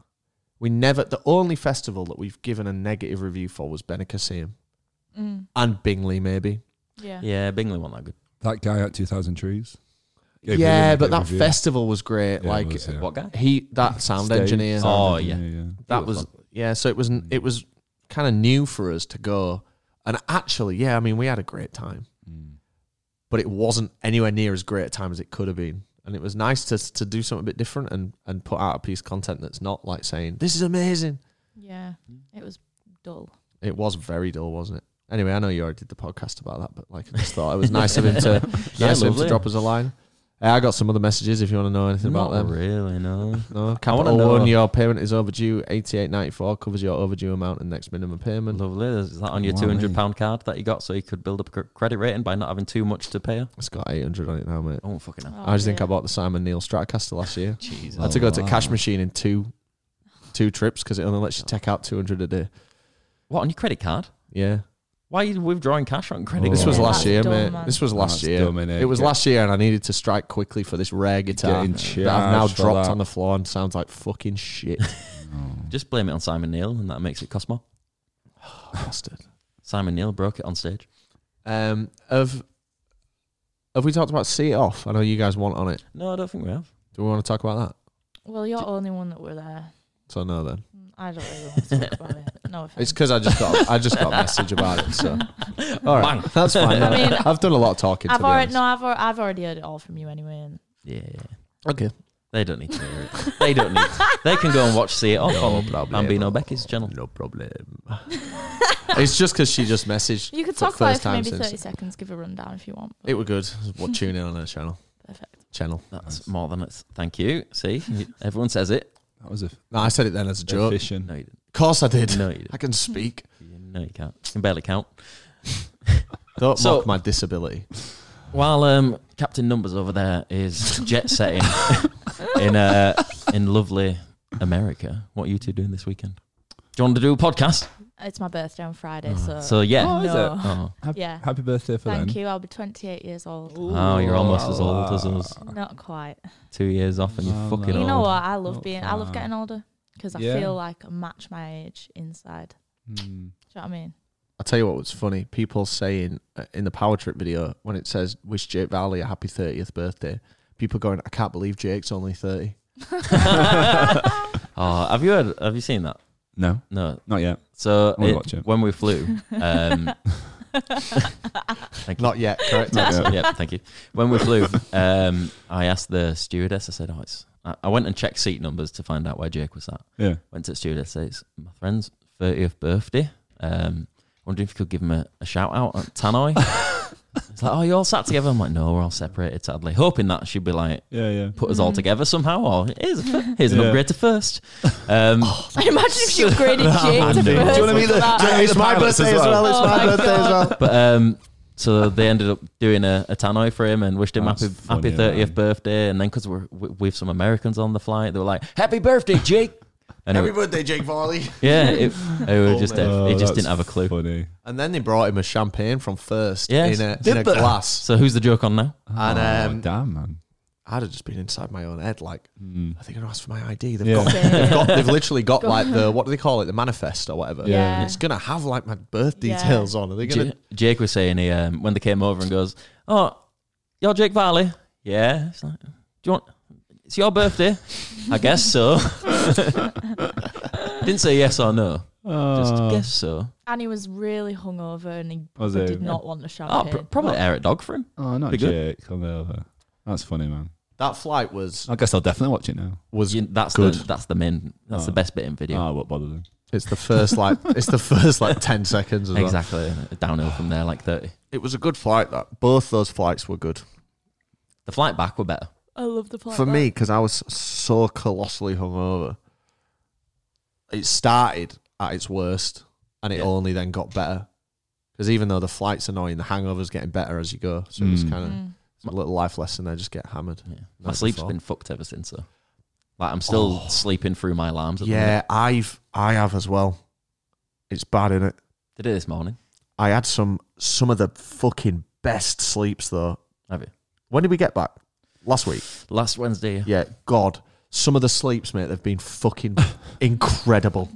We never. The only festival that we've given a negative review for was Benicassim
Mm.
and Bingley, maybe.
Yeah.
<laughs> Yeah, Bingley wasn't that good.
That guy at Two Thousand Trees.
Yeah, but that festival was great.
Yeah, it
like
was, yeah.
What guy?
he, that sound
Stage.
engineer,
Sound Oh, yeah.
that
He was
was yeah. So it was n- it was kind of new for us to go, and actually, yeah, I mean, we had a great time.
Mm.
but it wasn't anywhere near as great a time as it could have been. And it was nice to to do something a bit different and and put out a piece of content that's not like saying this is amazing.
Yeah. It was dull.
It was very dull, wasn't it? Anyway, I know you already did the podcast about that, but like I <laughs> just thought it was nice of him to
<laughs> Yeah,
nice of him to
lovely.
drop us a line. Uh, I got some other messages if you want to know anything about
Not
them.
really, no.
No,
I wanna
Capital One,
know-
your payment is overdue. Eighty-eight ninety-four covers your overdue amount and next minimum payment.
Lovely. Is that on your
Wow,
two hundred
mate.
pound card that you got so you could build up a cr- credit rating by not having too much to pay?
It's got eight hundred on it now, mate.
Oh fucking hell!
I just think I bought the Simon Neil Stratocaster last year.
Jesus.
I had to go to
Oh, wow.
cash machine in two two trips because it only lets you take out two hundred a day.
What on your credit card?
Yeah,
Why are you withdrawing cash on credit?
Oh.
this
card?
was
Yeah,
last
that's
year,
dumb,
mate.
man.
This was last
That's
year.
dumb, innit?
it was
Get-
last year, and I needed to strike quickly for this rare guitar
Getting
that I've now
charged for
dropped
that.
on the floor and sounds like fucking shit,
Oh.
Just blame it on Simon Neil, and that makes it cost more.
bastard.
Simon Neil broke it on stage.
Um, have have we talked about see it off? I know you guys want on it.
No, I don't think we have.
Do we want to talk about that?
Well, you're the only one that were there.
So no, then
Mm, I don't really want to talk about it. No offense.
<laughs> it's because I just got I just
<laughs>
got a message about it. So all right, that's
<laughs>
fine.
I mean,
I've done a lot of talking.
I've
to be
already
honest.
no, I've, al- I've already heard it all from you anyway. And
Yeah, yeah.
Okay.
They don't need to hear it. They don't need. They can go and watch See It Off on Bambino Becky's channel.
No problem.
<laughs>
it's just because she just messaged.
you could
for
talk about
first
it for
time
maybe
since-
thirty seconds. Give a rundown if you want.
It were good. What tune in on her channel?
Perfect.
Channel.
That's more than it's. Thank you. See, you- everyone says it.
That was a
No, I said it then as a joke. Of
efficient.
No, you didn't.
course I did.
No, you didn't.
<laughs> I can speak.
You- No, you can't. You can barely count.
Don't
So-
mock my disability.
While um, Captain Numbers over there is jet
<laughs>
setting in uh, in lovely America, what are you two doing this weekend? Do you want to do a podcast?
It's my birthday on Friday, so
So yeah.
Oh, is
no.
Oh,
Yeah.
Happy birthday for
Thank
them.
you. I'll be 28 years old.
Oh, you're almost as old as us.
Not quite.
Two years off, and you're
No,
fucking
Oh, no.
You know
old.
what? I love
Not
being. I love
far.
getting older because I
Yeah.
feel like I match my age inside.
<laughs>
Mm.
Do you know what I mean? <laughs>
I'll tell you what was funny. People saying uh, in the Power Trip video when it says wish Jake Valley a happy 30th birthday, people going, I can't believe Jake's only 30.
<laughs> Oh, have you heard? Have you seen that?
No,
No.
not
<laughs>
yet.
So
I wanna
it-
watch it.
when we flew, um, thank you.
Not yet,
<laughs>
<laughs>
correct?
yeah. thank you. When we flew, um, I asked the stewardess. I said, "Oh, it's." I I went and checked seat numbers to find out where Jake was at.
Yeah.
Went to the stewardess. Said, "It's my friend's thirtieth birthday. Um, wondering if you could give him a, a shout out at Tannoy." it's like, "Oh, you all sat together." I'm like, "No, we're all separated." Sadly, hoping that she'd be like.
Yeah, yeah.
Put us all
Mhm.
together somehow, or here's, a fir- here's an
Yeah.
upgrade to first. Um,
Imagine if you upgraded Jake to
Do you
first.
wanna
for that.
It's my
pilots
birthday
as
as well.
well.
It's
Oh
my
my
birthday as well.
But um, so they ended up doing a, a tannoy for him and wished him
That's
happy
funny,
happy thirtieth
man.
birthday. And then because we're we, we've some Americans on the flight, they were like, "Happy birthday,
<laughs>
Jake!" And it,
birthday, Jake Varley.
yeah, it, it was just he just
man.
Oh, that's
didn't have a clue.
Funny.
<laughs> And then they brought him a champagne from first
Yes.
in a,
Did
in a
they?
glass.
So who's the joke on now?
And,
Oh,
um,
damn man.
I'd have just been inside my own head. Like,
Mm.
I think I asked for my ID. They've,
Yeah.
got,
Same.
they've
<laughs>
got, they've literally got like the what do they call it, the manifest or whatever.
Yeah.
Yeah.
It's gonna have like my birth
Yeah.
details on. Are they gonna?
J- Jake was saying he um, when they came over and goes, "Oh, you're Jake Valley, yeah." It's like, "Do you want?" It's your birthday, I guess so. <laughs> Didn't say yes or no, just
Hmm. Oh.
guess so.
And he was really hungover and he
Was
did
it?
not want the
Oh,
champagne.
pr- probably air it dog for him.
Oh, not
Be good.
Jake. Come over. That's funny, man.
That flight was
I guess I'll definitely watch it now.
was
Oh, You- that's
good.
the that's the main that's the
Oh.
best bit in
Yeah.
video.
Oh, what bother them?
It's the first like it's the first
<laughs>
like ten seconds. As well.
exactly. Downhill from there, like thirty.
It was a good flight. That both those flights were good
The flight back were better.
I love the plot.
for
back.
me because I was so colossally hungover. It started at its worst, and it
Yeah.
only then got better. Because even though the flight's annoying, the hangover's getting better as you go. So it's
Mm.
kind of
Mm.
a little life lesson. there. just get hammered.
Yeah. My
Night
sleep's
before.
been fucked ever since. So, like, I'm still
Oh.
sleeping through my alarms. At the minute.
Yeah, I've I have as well. It's bad, is it?
did it this morning.
I had some some of the fucking best sleeps though.
Have you?
When did we get back? Last <laughs> week.
Last Wednesday.
Yeah, God, some of the sleeps, mate, they've been <laughs> fucking incredible.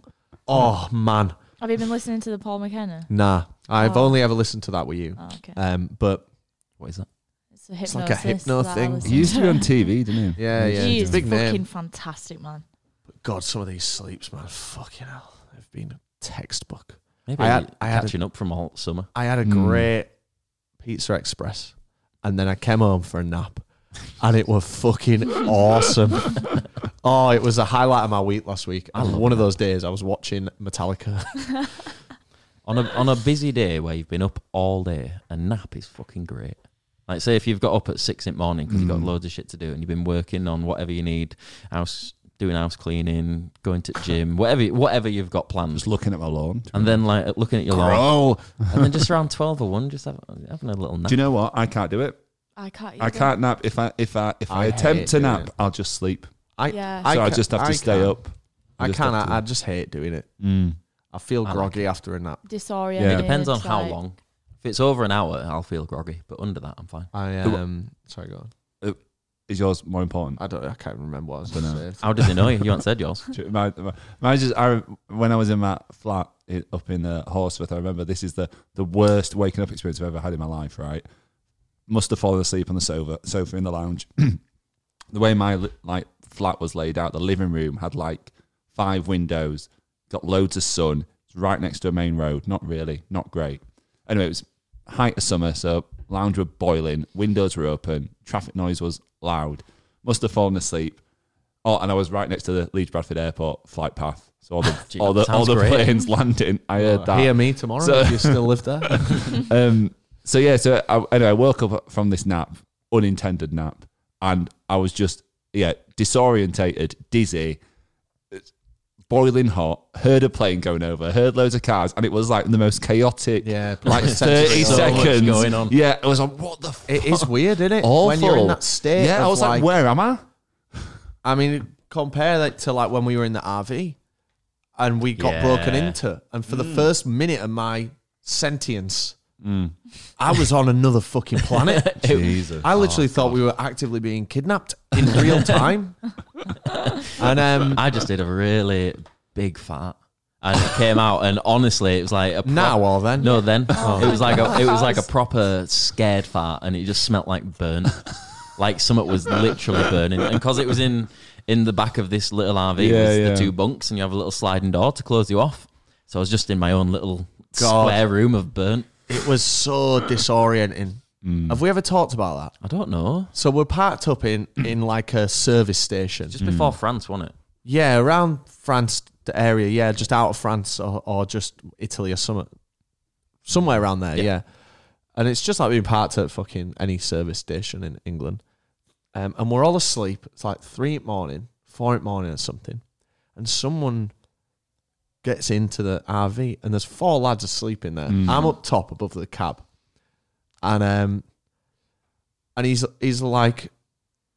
Oh man,
Have you been listening to the Paul McKenna?
nah. I've
Oh.
only ever listened to that with you.
Oh, okay.
Um, but
What is that?
It's a
it's like a
hypnosis.
hypno
that I
thing.
listen
He used to be
<laughs>
on TV, didn't he?
yeah, yeah,
He
it's
is
a big
fucking
name.
fantastic, man.
God, some of these sleeps, man, fucking hell, they've been textbook.
Maybe
I
I
had- I had a-
catching up from all summer.
I had a
Mm.
great Pizza Express, and then I came home for a nap, and it were fucking
<laughs>
awesome. oh, it was the highlight of my week last week.
I
And
love
one of
that.
those days, I was watching
<laughs>
Metallica.
On a on a busy day where you've been up all day, a nap is fucking great. Like say if you've got up at six in the morning because you've
Mm.
got loads of shit to do and you've been working on whatever you need, house doing house cleaning, going to
<laughs>
gym, whatever whatever you've got planned,
Just looking at my lawn.
and then like looking at your lawn,
Grow. <laughs>
and then just around twelve or one, just have, having a little nap.
Do you know what? I can't do it.
I can't.
I
either.
can't nap. If I if I if I,
I hate
attempt to
doing
nap,
it.
I'll just sleep.
I,
Yeah.
so I
ca-
just have to
I
stay
can't-
up.
I
just have
can't.
to-
I, I just hate doing it.
Mm.
I feel
I like
groggy after a nap.
Disoriented.
Yeah.
It depends on how
like-
long. If it's over an hour, I'll feel groggy, but under that, I'm fine.
I um. Sorry, go on.
Is yours more important?
I don't. I can't remember what I was
Dunno.
going to say.
How did they know you? You haven't said yours.
<laughs> Do you- my, my, mine just, I, rem- when I was in my flat i up in uh, Horsforth, I remember this is the, the worst waking up experience I've ever had in my life, right? Must have fallen asleep on the sofa, sofa in the lounge. <clears throat> the way my li- like flat was laid out, the living room had like five windows, got loads of sun. It's right next to a main road. Not really, not great. Anyway, it was height of summer, so lounge were boiling, windows were open, traffic noise was loud. Must have fallen asleep. Oh, and I was right next to the Leeds Bradford Airport flight path. So all
<laughs>
the
Gee,
all the
that
all
sounds
the
great.
planes <laughs> landing. I heard that.
Uh, Hear me tomorrow
So-
if you still live there.
<laughs> Um, so yeah, so I, anyway, I woke up from this nap, unintended nap, and I was just yeah disorientated, dizzy, it's boiling hot. Heard a plane going over, heard loads of cars, and it was like the most chaotic.
yeah,
Like <laughs>
sensory
30
So much
seconds.
going on.
Yeah, I was like, what the f- <laughs>
It is weird, isn't it?
awful?
When you're in that state.
Yeah,
of
I was like, where am I?
I mean, compare that to like when we were in the RV and we got
Yeah.
broken into, and for the
Mm.
first minute of my sentience, I was on
<laughs>
another fucking planet.
Jesus.
I literally thought we were actively being kidnapped in
<laughs>
real time. and um,
I just did a really big fart, and it came out. And honestly, it was like a pro-
now or then,
No,
<laughs>
then
Oh.
it was like a it was like a proper scared fart, and it just smelt like
<laughs>
burnt, like something was literally burning. And because it was in in the back of this little RV,
Yeah,
with
yeah.
the two bunks, and you have a little sliding door to close you off. So I was just in my own little
God.
square room of burnt.
it was so disorienting.
Mm.
Have we ever talked about that?
I don't know.
So we're parked up in in like a service station.
Just before France, wasn't it?
Yeah, around France the area. Yeah, just out of France or, or just Italy or somewhere, somewhere around there. Yeah. and it's just like being parked at fucking any service station in England, um, and we're all asleep. It's like three in the morning, four in the morning or something, and someone gets into the RV, and there's four lads asleep in there. I'm up top above the cab, and um, and he's he's like.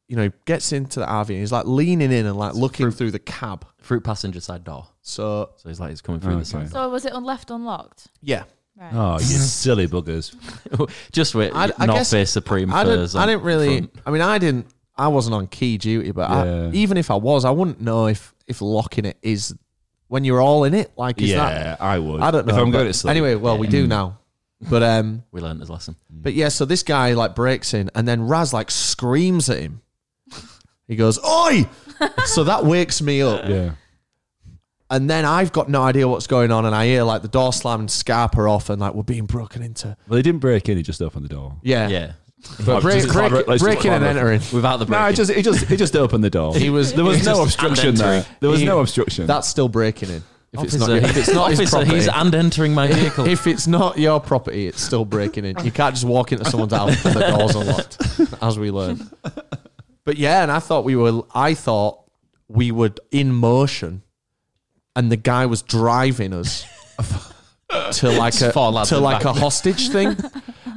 You know, he gets into the RV and he's like leaning in and like looking through the cab.
Through passenger side door.
So
So he's like he's coming through
Oh,
Okay.
the <laughs> side.
So was it un- left unlocked?
yeah,
Right.
Oh, you silly buggers.
just wait.
I- I
not
guess-
face supreme. furs
I didn't. I
on
didn't really.
front.
I mean, I didn't. I wasn't on key duty, but I,
Yeah.
even if I was, I wouldn't know if if locking it is when you're all in it. Like, is that?
Yeah, I would.
I don't know.
If I'm
but
going to sleep.
Anyway, well, we
Yeah.
do now. But um,
We learned his lesson.
Mm.
but yeah. So this guy like breaks in, and then Raz like screams at him. He goes, "Oi!" so that wakes me up.
Yeah.
And then I've got no idea what's going on, and I hear like the door slam and Scarpa off, and like we're being broken into.
Well, they didn't break in, he just opened the door.
Yeah,
Yeah.
But break,
just
break,
collaborate- let's just
breaking and entering.
collaborate.
without the breaking.
No, it just it just it just opened the door.
<laughs> He was
<laughs> there was
It's
no
just
obstruction
and entering.
there. There was
He-
no obstruction.
that's still breaking in. If it's not,
officer,
your,
<laughs>
if it's not his
officer he's
property,
and entering my vehicle.
if it's not your property, it's still breaking in. You can't just walk into someone's house and the door's unlocked, as we learned. But yeah, and I thought we were. I thought we were in motion, and the guy was driving us
<laughs>
to like a
four lads
to
in
like
back. <laughs>
a hostage thing,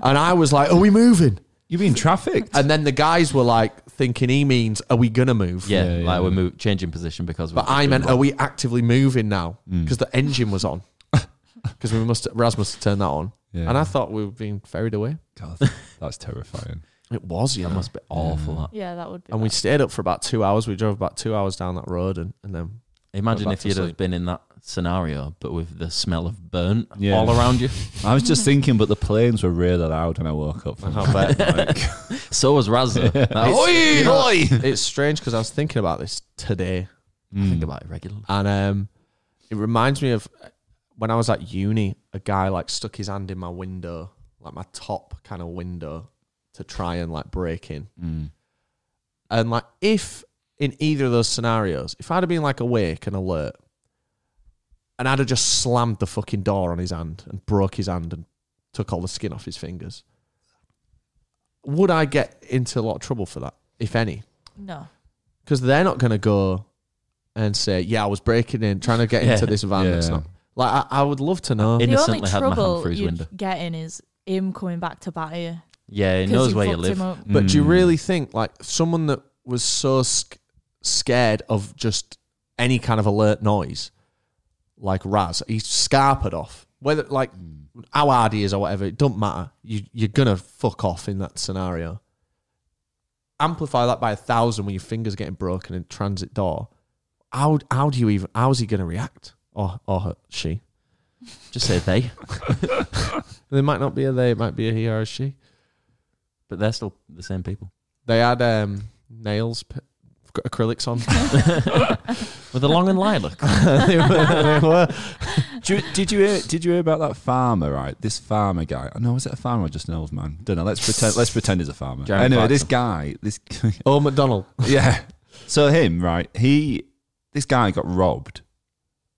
and I was like, "Are we moving?"
you mean traffic?
And then the guys were like thinking he means, "Are we gonna move?"
Yeah,
yeah, like
yeah.
we're move, changing position because.
But I meant, are we actively moving now?
Mm.
Because the engine
<laughs>
was on. Because we must, Rasmus had turned that on.
Yeah.
And I thought we were being ferried away.
God, that's terrifying.
It was, you
That
know.
must be awful. That.
Yeah, that would be.
and we
bad.
stayed up for about two hours. We drove about two hours down that road, and,
<laughs>
and then
Imagine
back
if
to
you'd have
sleep.
been in that scenario, but with the smell of burnt
Yeah.
all
<laughs>
around you.
I was just thinking, but the planes were really loud when I woke up. From
I bet.
<laughs> So was
<laughs>
Razza. Like,
It's-
"Oi!"
you know,
oi!
it's strange because I was thinking about this today,
I
Hmm.
think about it regularly.
and um, it reminds me of uh, when I was at uni. A guy like stuck his hand in my window, like my top kind of window, to try and like break in.
<laughs> Mm.
And like, if in either of those scenarios, if I'd have been like awake and alert, and I'd have just slammed the fucking door on his hand and broke his hand and took all the skin off his fingers, would I get into a lot of trouble for that, if any?
no.
Because they're not going to go and say, "Yeah, I was breaking in, trying to get
Yeah.
into this van."
Yeah.
That's not like I, I would love to know.
It-
the
Innocently
only
had my hand
trouble
through his
you'd
window.
get in is him coming back to batter you.
Yeah, he
'cause
knows where you
fucked
live. <laughs>
him up.
but do you
Mm.
really think like someone that was so sc- scared of just any kind of alert noise, like Raz, he's scarpered off. Whether like how hard he is or whatever, it don't matter. You you're gonna fuck off in that scenario. Amplify that by a thousand when your fingers getting broken in transit door. How how do you even? How's he gonna react? Or or her, she?
Just say they,
They might not be a they. It might be a he or a she.
but they're still the same
<laughs>
people <laughs>
They had um, nails, p- acrylics <laughs> on.
with the long and lilac.
they were, they were.
Did you, did you hear? Did you hear about that farmer? Right, this farmer guy. Oh, no, is it a farmer? or Just an old man. Don't know. Let's pretend. Let's pretend he's a farmer.
Jeremy
anyway, this
Clarkson.
guy. This <laughs>
Oh, McDonald.
yeah. So him, right? He, this guy got robbed,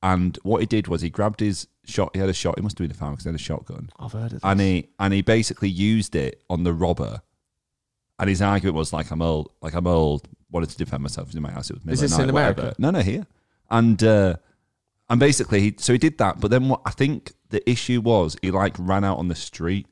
and what he did was he grabbed his shot. He had a shot. He must have been a farmer because he had a shotgun,
I've heard of
and he and he basically used it on the robber. And his argument was like, "I'm old. Like I'm old. Wanted to defend myself. It was in my house. It was middle
Is
of
this
night,
in
whatever."
America?
No, no, here. And uh, and basically, he so he did that. But then what I think the issue was, he like ran out on the street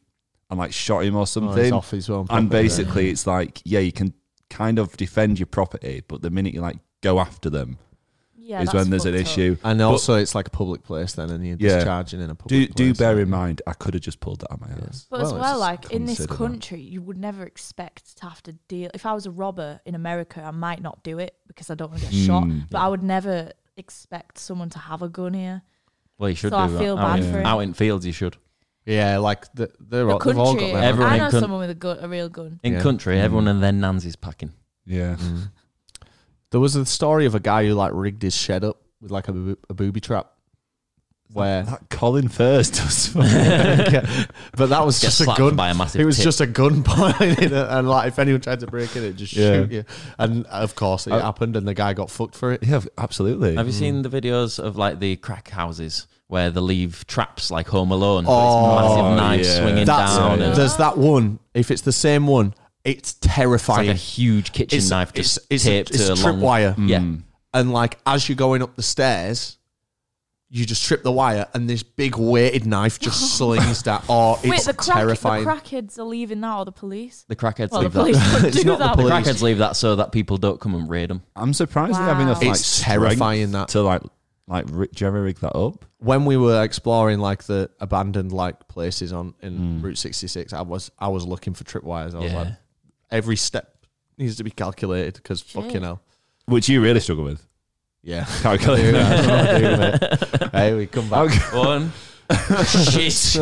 and like shot him or something.
Oh, off his own
And
property,
basically, it's like, yeah, you can kind of defend your property, but the minute you like go after them
<laughs> Yeah,
is
that's
when there's an
fucked up.
issue.
And also, it's like a public place then, and you're
Yeah.
discharging in a
Do
public
do
place.
bear in mind, I could have just pulled that out of my
Yeah.
ass.
But as
Well,
well,
it's-
like in this
consider that.
country, you would never expect to have to deal. If I was a robber in America, I might not do it because I don't want to get shot.
Hmm.
Mm.
But I would never expect someone to have a gun here.
Well, you should
So
do
I
that.
feel
out,
bad
in,
for him.
out in fields, you should.
Yeah, like the, they're
The
all, they've all got
country,
their
Everyone
I
in
know
coun-
someone with a gun, a real gun.
In
Yeah. Hmm.
country, everyone and their nans is packing.
Yeah.
Mm. There was a story of a guy who like rigged his shed up with like a, boo- a booby trap. Where,
That Colin first <laughs> does.
but that
<laughs>
was
Get
just a
slapped
gun.
by a massive.
It was
tit.
just a gun <laughs> pointed, at- and like if anyone tried to break in, it just
Yeah.
shoot you. And of course, it
Uh,
happened, and the guy got fucked for it.
yeah, absolutely.
Have you seen the videos of like the crack houses where they leave traps like Home Alone?
Oh,
but it's massive knives
yeah.
swinging
That's
down.
Yeah, yeah.
and
there's that one. If it's the same one, it's
It's like
terrifying.
a huge kitchen
It's-
knife
it's-
just
it's a-
taped
it's
to
a
a long
tripwire.
Hmm. Mm.
Yeah,
and like as you're going up the stairs, you just trip the wire, and this big weighted knife just slings down. Oh,
Wait,
it's
the, crack, the
terrifying.
crackheads are leaving now, or the police?
the crackheads
Well, the
leave that.
police
<laughs>
don't
It's
do
not the
that.
The
police.
crackheads leave that so that people don't come and raid them.
I'm surprised they have enough
Wow.
like
It's
strength
terrifying that.
to like like ri- jerry rig that up.
when we were exploring like the abandoned like places on in Route 66, I was I was looking for tripwires. I was
Yeah.
like, every step needs to be calculated because
Shit.
fucking hell,
Which you really struggle <laughs> with.
yeah.
<laughs> Calculating.
hey, we come back. <laughs>
<laughs>
Oh,
One. Shit.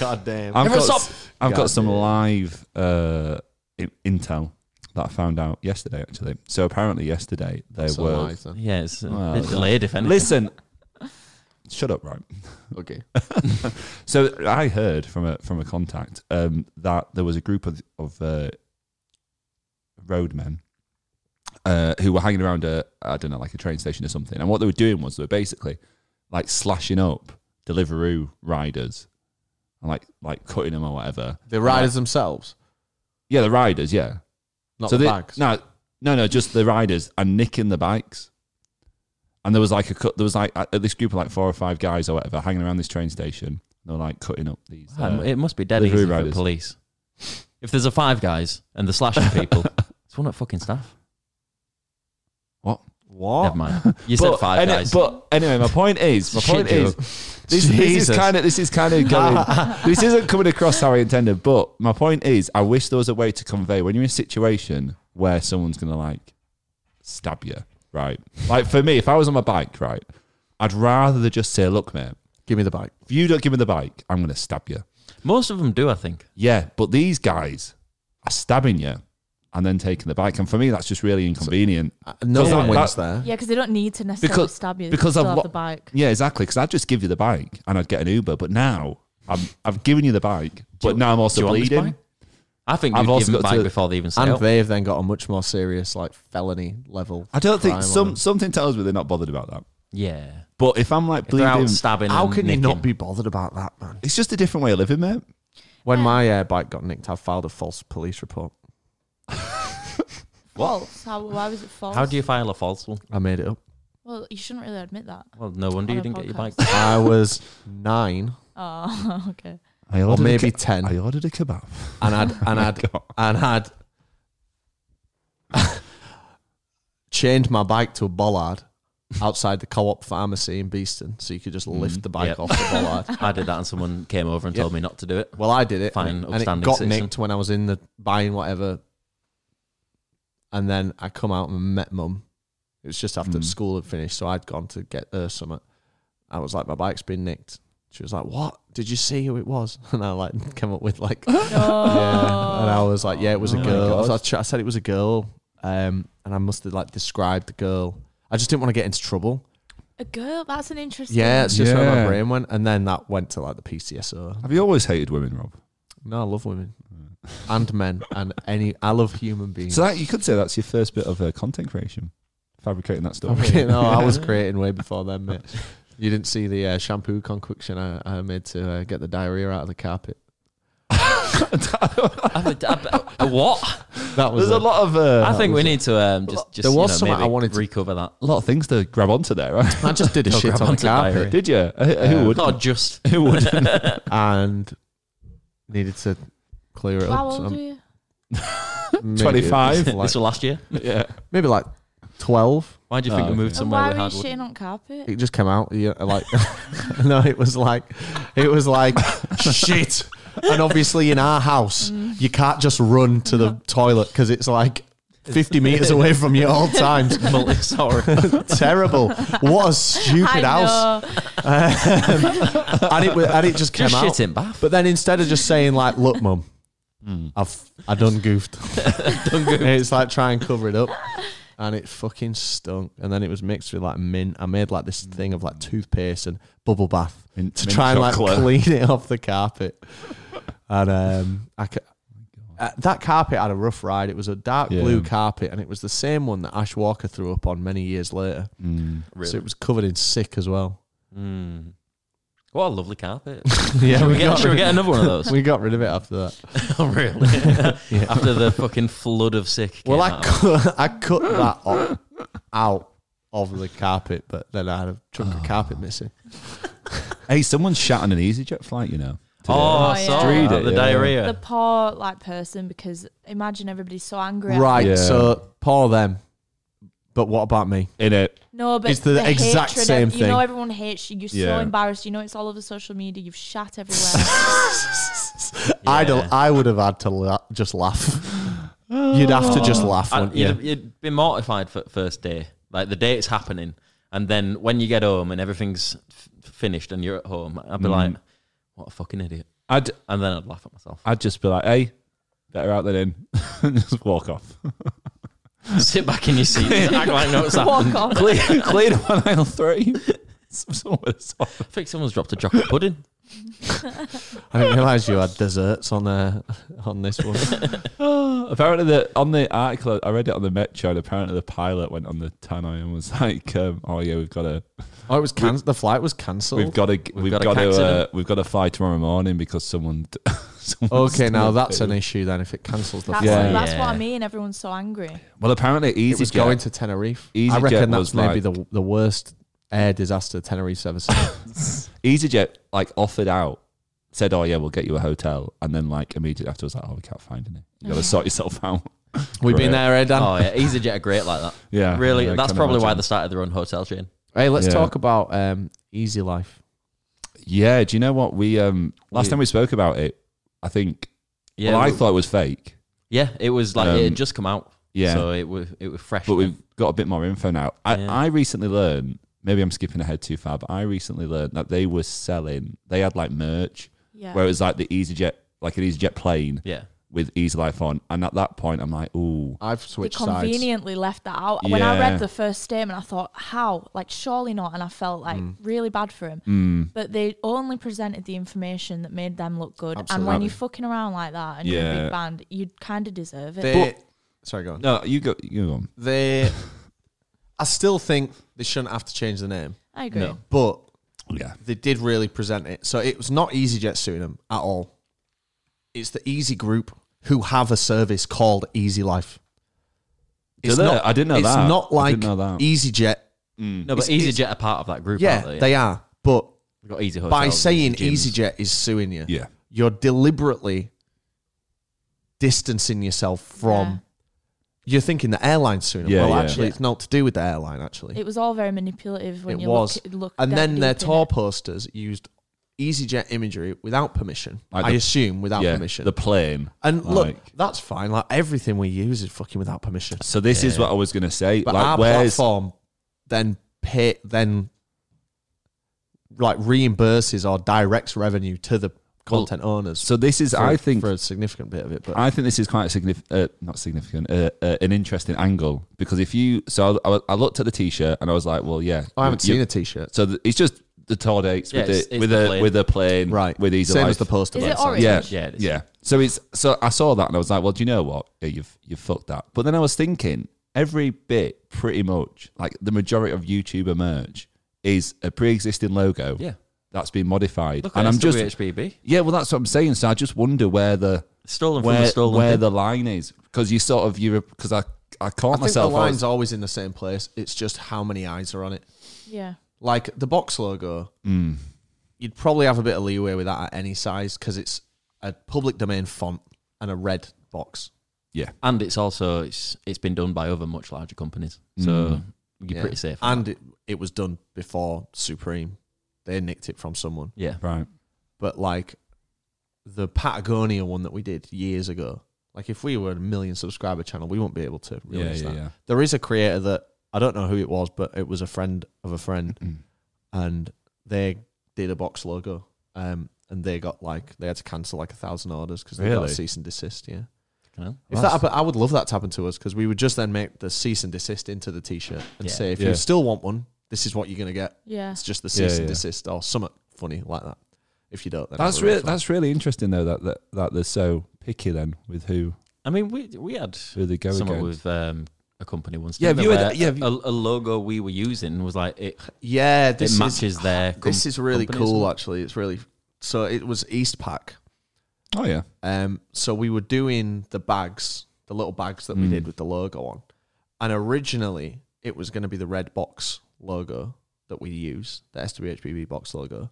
God damn.
I've
Everyone
got,
stop.
<laughs> I've
God
got some
damn.
live uh, in- intel that I found out yesterday, actually. So apparently yesterday there
That's a
were.
lie, then.
Yeah, it's a
Well,
bit delayed if anything.
Listen, Shut up, right?
Okay.
So I heard from a from a contact um, that there was a group of of uh, roadmen uh, who were hanging around a I don't know like a train station or something, and what they were doing was they were basically like slashing up Deliveroo riders and like like cutting them or whatever.
The riders themselves,
Yeah, the riders. Yeah,
not
so
the
they-
bags.
No, no, no, just the riders and nicking the bikes. And there was like a cut. There was like at this group of like four or five guys or whatever hanging around this train station. They were like cutting up these.
Um,
uh,
it must be dead
delivery
easy for the
riders.
police. If there's a five guys and they're slashing people, it's one at fucking staff.
What?
Never mind. You said
But
five
any-
guys.
But anyway, my point is, my
Shit
point is,
joke.
this, this is
Jesus.
kind of this is kind of going.
<laughs>
this isn't coming across how I intended. But my point is, I wish there was a way to convey when you're in a situation where someone's gonna like stab you, right? Like for me, if I was on my bike, right, I'd rather they just say, "Look, mate,
Give me the bike.
if you don't give me the bike, I'm gonna stab you."
Most of them do, I think.
Yeah, but these guys are stabbing you and then taking the bike, and for me, that's just really inconvenient.
Uh, No
Because
one
that-
wins
that-
there.
Yeah, because they don't need to necessarily
Because-
stab you.
because
Because
I've
I've
lo-
the bike.
Yeah, exactly. Because I'd just give you the bike and I'd get an Uber. But now I'm, I've given you the bike, but now I'm
Do
also
you want this
bleeding.
bike? I think
I've
you've
also
given
got
bike
to-
before they even say
And
oh,
they've then got a much more serious, like felony level.
I don't
crime
think
on
some
them.
something tells me they're not bothered about that.
Yeah.
But if I'm like
If they're
bleeding,
out stabbing
How
and
can you
nicking.
not be bothered about that, man?
it's just a different way of living, mate.
When
Yeah.
my uh, bike got nicked, I filed a false police report.
False. How, why was it false?
How do you file a false one?
I made it up.
Well, you shouldn't really admit that.
Well, no wonder
On
you
a
didn't get your bike.
podcast.
I was <laughs> nine
Oh,
<laughs>
<laughs> okay.
I
or
ordered
maybe
a ke-
ten,
I ordered a kebab.
and I'd and <laughs> I'd
God.
and had chained my bike to a bollard outside the co-op pharmacy in Beeston, so you could just lift the bike
Yep.
off the bollard.
I did that and someone came over and
Yep.
told me not to
<laughs>
do it.
Well, I did it,
Fine,
and it, and it
upstanding
got
citizen.
nicked when I was in the buying whatever, and then I come out and met mum. It was just after
Mm.
school had finished, so I'd gone to get her something. I was like, my bike's been nicked. She was like, "What? Did you see who it was?" <laughs> And I like came up with like
No.
yeah. And I was like, yeah, it was a
Oh my
girl. I,
God.
was- I ch- I said it was a girl. Um, and I must have like described the girl. I just didn't want to get into trouble.
a girl. That's an interesting.
Yeah, it's just where my
Yeah.
brain went. And then that went to like the PCSO.
Have you always hated women, Rob?
No, I love women and men and any. I love human beings.
Mm. So that you could say that's your first bit of uh, content creation, fabricating that story.
<laughs> Okay, no, oh,
<laughs>
I was creating way before then, mate. You didn't see the uh, shampoo concoction I, I made to uh, get the diarrhea out of the carpet.
I would- I- I- what?
That was
There's a
it.
lot of uh,
I think we
<laughs>
there's
need to um, just just
There was
you know,
something
maybe
I wanted to-
recover that.
a lot of things to grab onto there. Right?
I just did a
No,
shit
grab
on
onto
the carpet.
diarrhea.
Did you? Uh,
Yeah.
Who would?
Not
<laughs>
just
Who would?
<laughs> and needed to clear it
How
up. so
old
I'm-
are you?
maybe-
25?
<laughs>
like-
this was last year.
yeah.
maybe like 12.
Why do you think
Oh,
we moved
okay.
And
somewhere
why
with
were you
hardwood?
shitting on carpet?
It just came out. Yeah, like <laughs> no, it was like it was like <laughs> shit. And obviously, in our
<laughs>
house,
Mm.
you can't just run to
Uh-huh.
the toilet because it's like <laughs> 50 meters
<laughs>
away from you at <laughs> all times.
Multisaur.
Terrible. What a stupid house.
I know.
<laughs> And it wa- and it just came
Just
out.
shit in bath.
But then instead of just saying like, "Look, mum, Hmm.
Mm.
I've I done <laughs> goofed," it's like try and cover it up, and it fucking stunk. And then it was mixed with like mint. I made like this thing of like toothpaste and bubble bath
Mint-
to
mint
try and like
chocolate.
clean it off
<laughs>
the carpet. And um, I ca- uh, that carpet had a rough ride. It was a dark
Oh Yeah.
blue carpet, and it was the same one that Ash Walker threw up on many years later.
Mm.
So it was covered in sick
<laughs>
as well. <laughs>
Mm. What a lovely carpet.
yeah,
Should we, get,
got
should we
rid-
get another one of those?
we got rid of it after that.
<laughs> oh,
<laughs>
really? After the fucking flood of sick. came
Well, I
out.
cut, <laughs> I cut that o- out of the carpet, but then I had a chunk
Ah.
of carpet missing.
Hey, someone's shat on an EasyJet flight, you know. today.
Oh, I
Oh,
saw
yeah.
that,
Read it,
the
yeah.
diarrhea.
The poor like person because imagine everybody's so angry. at
Right,
Yeah.
so pour them. But what about me?
in it.
No, but
It's the exact
hatred of-
same
You know,
thing.
everyone hates you. You're
Yeah.
so embarrassed. You know, it's all over social media. You've
<laughs>
shat everywhere.
I'd
Yeah.
<laughs> I would have had to la- just laugh. You'd have to just laugh,
I-
wouldn't
you'd,
you?
you'd be mortified for first day. Like the day it's happening, and then when you get home and everything's f- finished and you're at home, I'd
Mm.
be like, "What a fucking idiot!"
I'd
And then I'd laugh
<laughs>
at myself.
I'd just be like, hey, better out than in, <laughs> and just walk off.
<laughs> Sit back in your seat, act like no, it's happened.
Walk off.
<laughs> Clear, clear to one aisle three. Someone with a sock.
I think someone's dropped a chocolate pudding.
I didn't realise you had desserts on uh, on this one.
apparently, the on the article I read it on the Metro, and apparently the pilot went on the tannoy and was like, um, "Oh yeah, we've got to,
Oh, it was can- the flight was cancelled.
we've got to, we've,
got
got,
a
to, uh,
accident.
we've got to fly tomorrow morning because someone." <laughs> someone
Okay, now
stole
that's
it."
an issue then if it cancels the
That's,
flight.
Yeah.
that's what I
Yeah.
mean. Everyone's so angry.
Well, apparently,
It
easy
was going to Tenerife. I
EasyJet
reckon
was
that's maybe
like-
the the worst air disaster Tenerife service. <laughs>
EasyJet like offered out, said, "Oh yeah, we'll get you a hotel," and then like immediately afterwards, like, "Oh, we can't find any. You got to sort yourself <laughs> out."
We've
Great.
been there, eh, Dan?
Oh yeah, EasyJet are great like that.
Yeah,
Really,
I
that's
can
probably why
imagine.
they started their own hotel chain.
Hey, let's
Yeah.
talk about um, Easy Life.
Yeah, do you know what we um last
We-
time we spoke about it? I think.
Yeah,
well, I
we-
thought it was fake.
yeah, it was like it
Um,
had just come out.
Yeah,
so it was it was fresh.
but
then.
we've got a bit more info now. I,
Yeah.
I recently learned. Maybe I'm skipping ahead too far, but I recently learned that they were selling. They had like merch,
Yeah.
where it was like the EasyJet, like an EasyJet plane
yeah,
with Easy Life on. And at that point, I'm like, ooh,
I've
they
switched sides.
conveniently left that out. When I
Yeah.
read the first statement, I thought, how? Like, surely not. And I felt like really bad for him.
mm,
But they only presented the information that made them look good. And when
Absolutely.
you're fucking around like that and you're a
Yeah.
big band, you kind of deserve it.
They, sorry, go on.
no, you go, you go on.
They, I still think they shouldn't have to change the name,
I agree.
No.
but
Yeah,
they did really present it. So it was not EasyJet suiting them at all. It's the Easy Group who have a service called Easy Life.
Do they? I didn't know
it's
that.
not
I
like E-
didn't know that. Mm.
EasyJet.
no, but
It's-
EasyJet are part of that group.
Yeah,
aren't they?
they are.
Oh,
But
We've got Easy Hotels.
by
and
saying
gyms.
EasyJet is suing you,
yeah,
you're deliberately distancing yourself from.
Yeah.
You're thinking the airline's suing.
Yeah,
Yeah, well,
yeah.
actually,
Yeah.
it's not to do with the airline. Actually,
It was all very manipulative when
It
you
was.
look, look
and
that
then their
deep in
tour
it.
posters used EasyJet imagery without permission.
Like
I
the-
assume without
yeah.
permission.
The plane.
and look,
like-
that's fine. Like everything we use is fucking without permission.
So this is what I was gonna say.
But
like,
our
where's
platform then pay then like reimburses or directs revenue to the content owners.
so this is?
for-
I think
for a significant bit of it, but
I think this is quite a signif- uh, not significant, uh, uh, an interesting angle because if you, so I, I- I looked at the t-shirt and I was like, well, yeah,
I haven't
you-
seen a t-shirt.
So th- it's just the tour dates
Yeah,
with
it's-
it,
it's
with
the
a
plane.
with a plane,
Right.
With easy
Same
life.
as the poster.
Is it
box, sorry.
orange?
Yeah,
Yeah, it is.
yeah. So it's so I saw that and I was like, well, do you know what? Yeah, you've you've fucked that. But then I was thinking, every bit, pretty much, like the majority of YouTuber merch is a pre-existing logo
Yeah,
that's been modified,
look,
and I'm just
HBB
yeah, well, that's what I'm saying. So I just wonder where the
stolen from
where,
the stolen.
where
thing.
the line is because you sort of you because I I caught
I think the
myself. I was-
line's always in the same place. It's just how many eyes are on it.
Yeah.
Like the box logo,
Mm.
you'd probably have a bit of leeway with that at any size because it's a public domain font and a red box.
and it's also it's it's been done by other much larger companies, so
Mm.
you're
Yeah.
pretty safe.
And it, it was done before Supreme. They nicked it from someone.
yeah,
right.
But like the Patagonia one that we did years ago, like if we were a million subscriber channel, we wouldn't be able to
Yeah,
release
yeah,
that.
yeah.
There is a creator that I don't know who it was, but it was a friend of a friend
Mm.
and they did a box logo. Um, and they got like they had to cancel like a thousand orders because they got
Really?
a cease and desist. Yeah,
you know?
if that happened, I would love that to happen to us because we would just then make the cease and desist into the t-shirt and
Yeah.
say, if
Yeah.
you still want one, this is what you're gonna get.
Yeah.
It's just the
Yeah,
cease and
yeah.
desist or something funny like that. If you don't, then
That's
have a
really
refund.
that's really interesting though that, that that they're so picky then with who
I mean, we we had
who they go
someone
against.
with um, a company once.
Yeah, have
didn't they,
you had-
where
yeah, have you-
a, a logo we were using was like it,
yeah.
it
This is
matches their. com-
this is really
company, isn't
cool.
it?
Actually, it's really so. It was Eastpak.
Oh yeah,
Um, so we were doing the bags, the little bags that we
Mm.
did with the logo on, and originally it was going to be the red box logo that we use, the SWHBB box logo,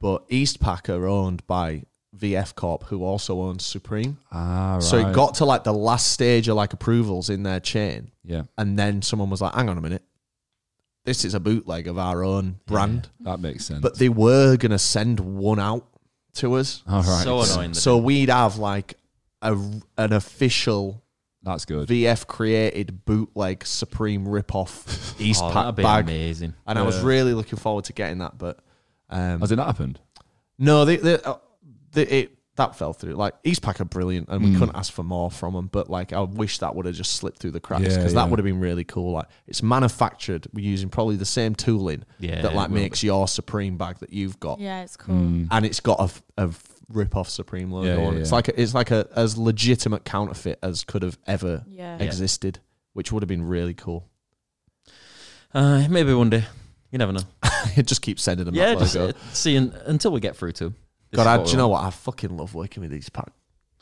but Eastpak are owned by VF Corp, who also owns Supreme.
ah right.
So it got to like the last stage of like approvals in their chain,
yeah
and then someone was like, "Hang on a minute." This is a bootleg of our own brand,
that makes sense.
but they were gonna send one out to us,
all right,
So annoying. that
so we'd have like a an official
That's good.
VF created bootleg Supreme ripoff East
<laughs> Oh,
Pack
that'd be
bag,
amazing.
and I was
Yeah.
really looking forward to getting that. But um,
Has it not happened?
no, they, they, uh, they it that fell through. Like Eastpak are brilliant, and we
Mm.
couldn't ask for more from them. But like, I wish that would have just slipped through the cracks
Yeah,
because
yeah.
that would have been really cool. Like, it's manufactured. We're using probably the same tooling
Yeah,
that like
it will
makes your Supreme bag that you've got,
Yeah, it's
Hmm.
cool.
Mm.
and it's got a, f- a f- rip-off Supreme logo
Yeah, yeah,
on. it. It's
yeah.
like a, it's like a as legitimate counterfeit as could have ever
Yeah.
Yeah.
existed, which would have been really cool. <laughs>
Uh, maybe one day. You never know.
it just keeps sending them
yeah,
that
just
logo.
uh, see un- until we get through to. 'em. This
God,
is
I,
what
do
we
you know
want.
what? I fucking love working with these pack.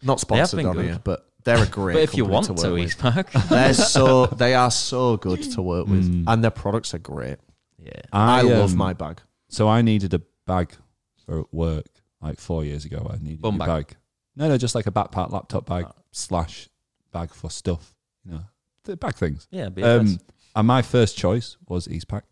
Not
have
sponsored
been
on
good.
here, but they're a great.
But if you
company
want
to,
to,
work with.
<laughs> East Park,
they're so they are so good to work with,
Mm.
and their products are great.
yeah,
I, love
um,
my bag.
So I needed a bag for work like four years ago. I needed
Bum
a
bag.
bag. No, no, just like a backpack, laptop bag
Ah.
slash bag for stuff. You know, the bag things.
yeah. BFS.
Um, and my first choice was Eastpak.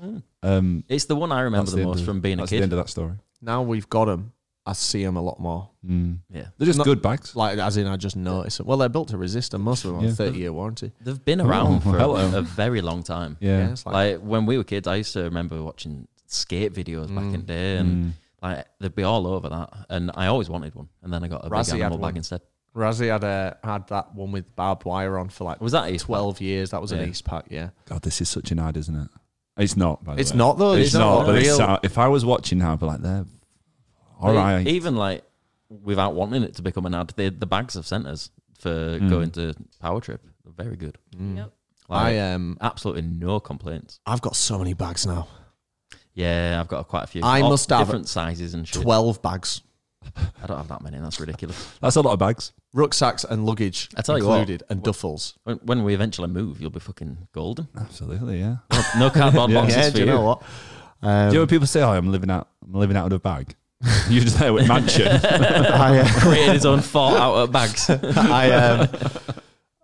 Mm.
Um,
It's the one I remember
that's
the,
end
most
of-
from being a
that's the
kid.
end of that story.
Now we've got them. I see them a lot more.
Mm.
yeah,
They're just
Not-
good bags.
Like as in, I just notice them. Well, they're built to resist, and most of them
Yeah.
are thirty year warranty.
they've been
Oh,
around for a,
hello.
a very long time.
yeah.
Yeah, it's like,
Like when we were kids, I used to remember watching skate videos back
Mm.
in the day, and
Mm.
like they'd be all over that. And I always wanted one, and then I got a
Razzie
big
had
animal bag
one.
instead.
Razzie had a, had that one with barbed wire on for like
Was that East?
twelve years. That was
Yeah.
an East Pack. Yeah,
God, this is such an ad, isn't it? It's not. By the
it's
way.
not though.
It's, not.
a
but
real-
it's, sound- if I was watching now, I'd be like, they're all
They-
right.
Even like without wanting it to become an ad, they, the bags have sent us for
Mm.
going to Power Trip. They're very good.
Mm.
Yep.
Like,
I um,
absolutely no complaints.
I've got so many bags now.
Yeah, I've got quite a few.
I
All
must have
different sizes and shit.
Twelve bags,
I don't have that many. That's ridiculous.
That's a lot of bags.
rucksacks and luggage
I tell you what,
included, and duffels.
When, when we eventually move, you'll be fucking golden.
Absolutely, yeah.
No, no
<laughs>
cardboard
Yeah.
boxes
yeah,
for
do you know what? Um,
Do you know when people say, "Oh, I'm living out, I'm living out of a bag"? <laughs> You're just there with mansion.
<laughs> I, uh,
<laughs> Created his own fort out at
<laughs>
bags.
I um,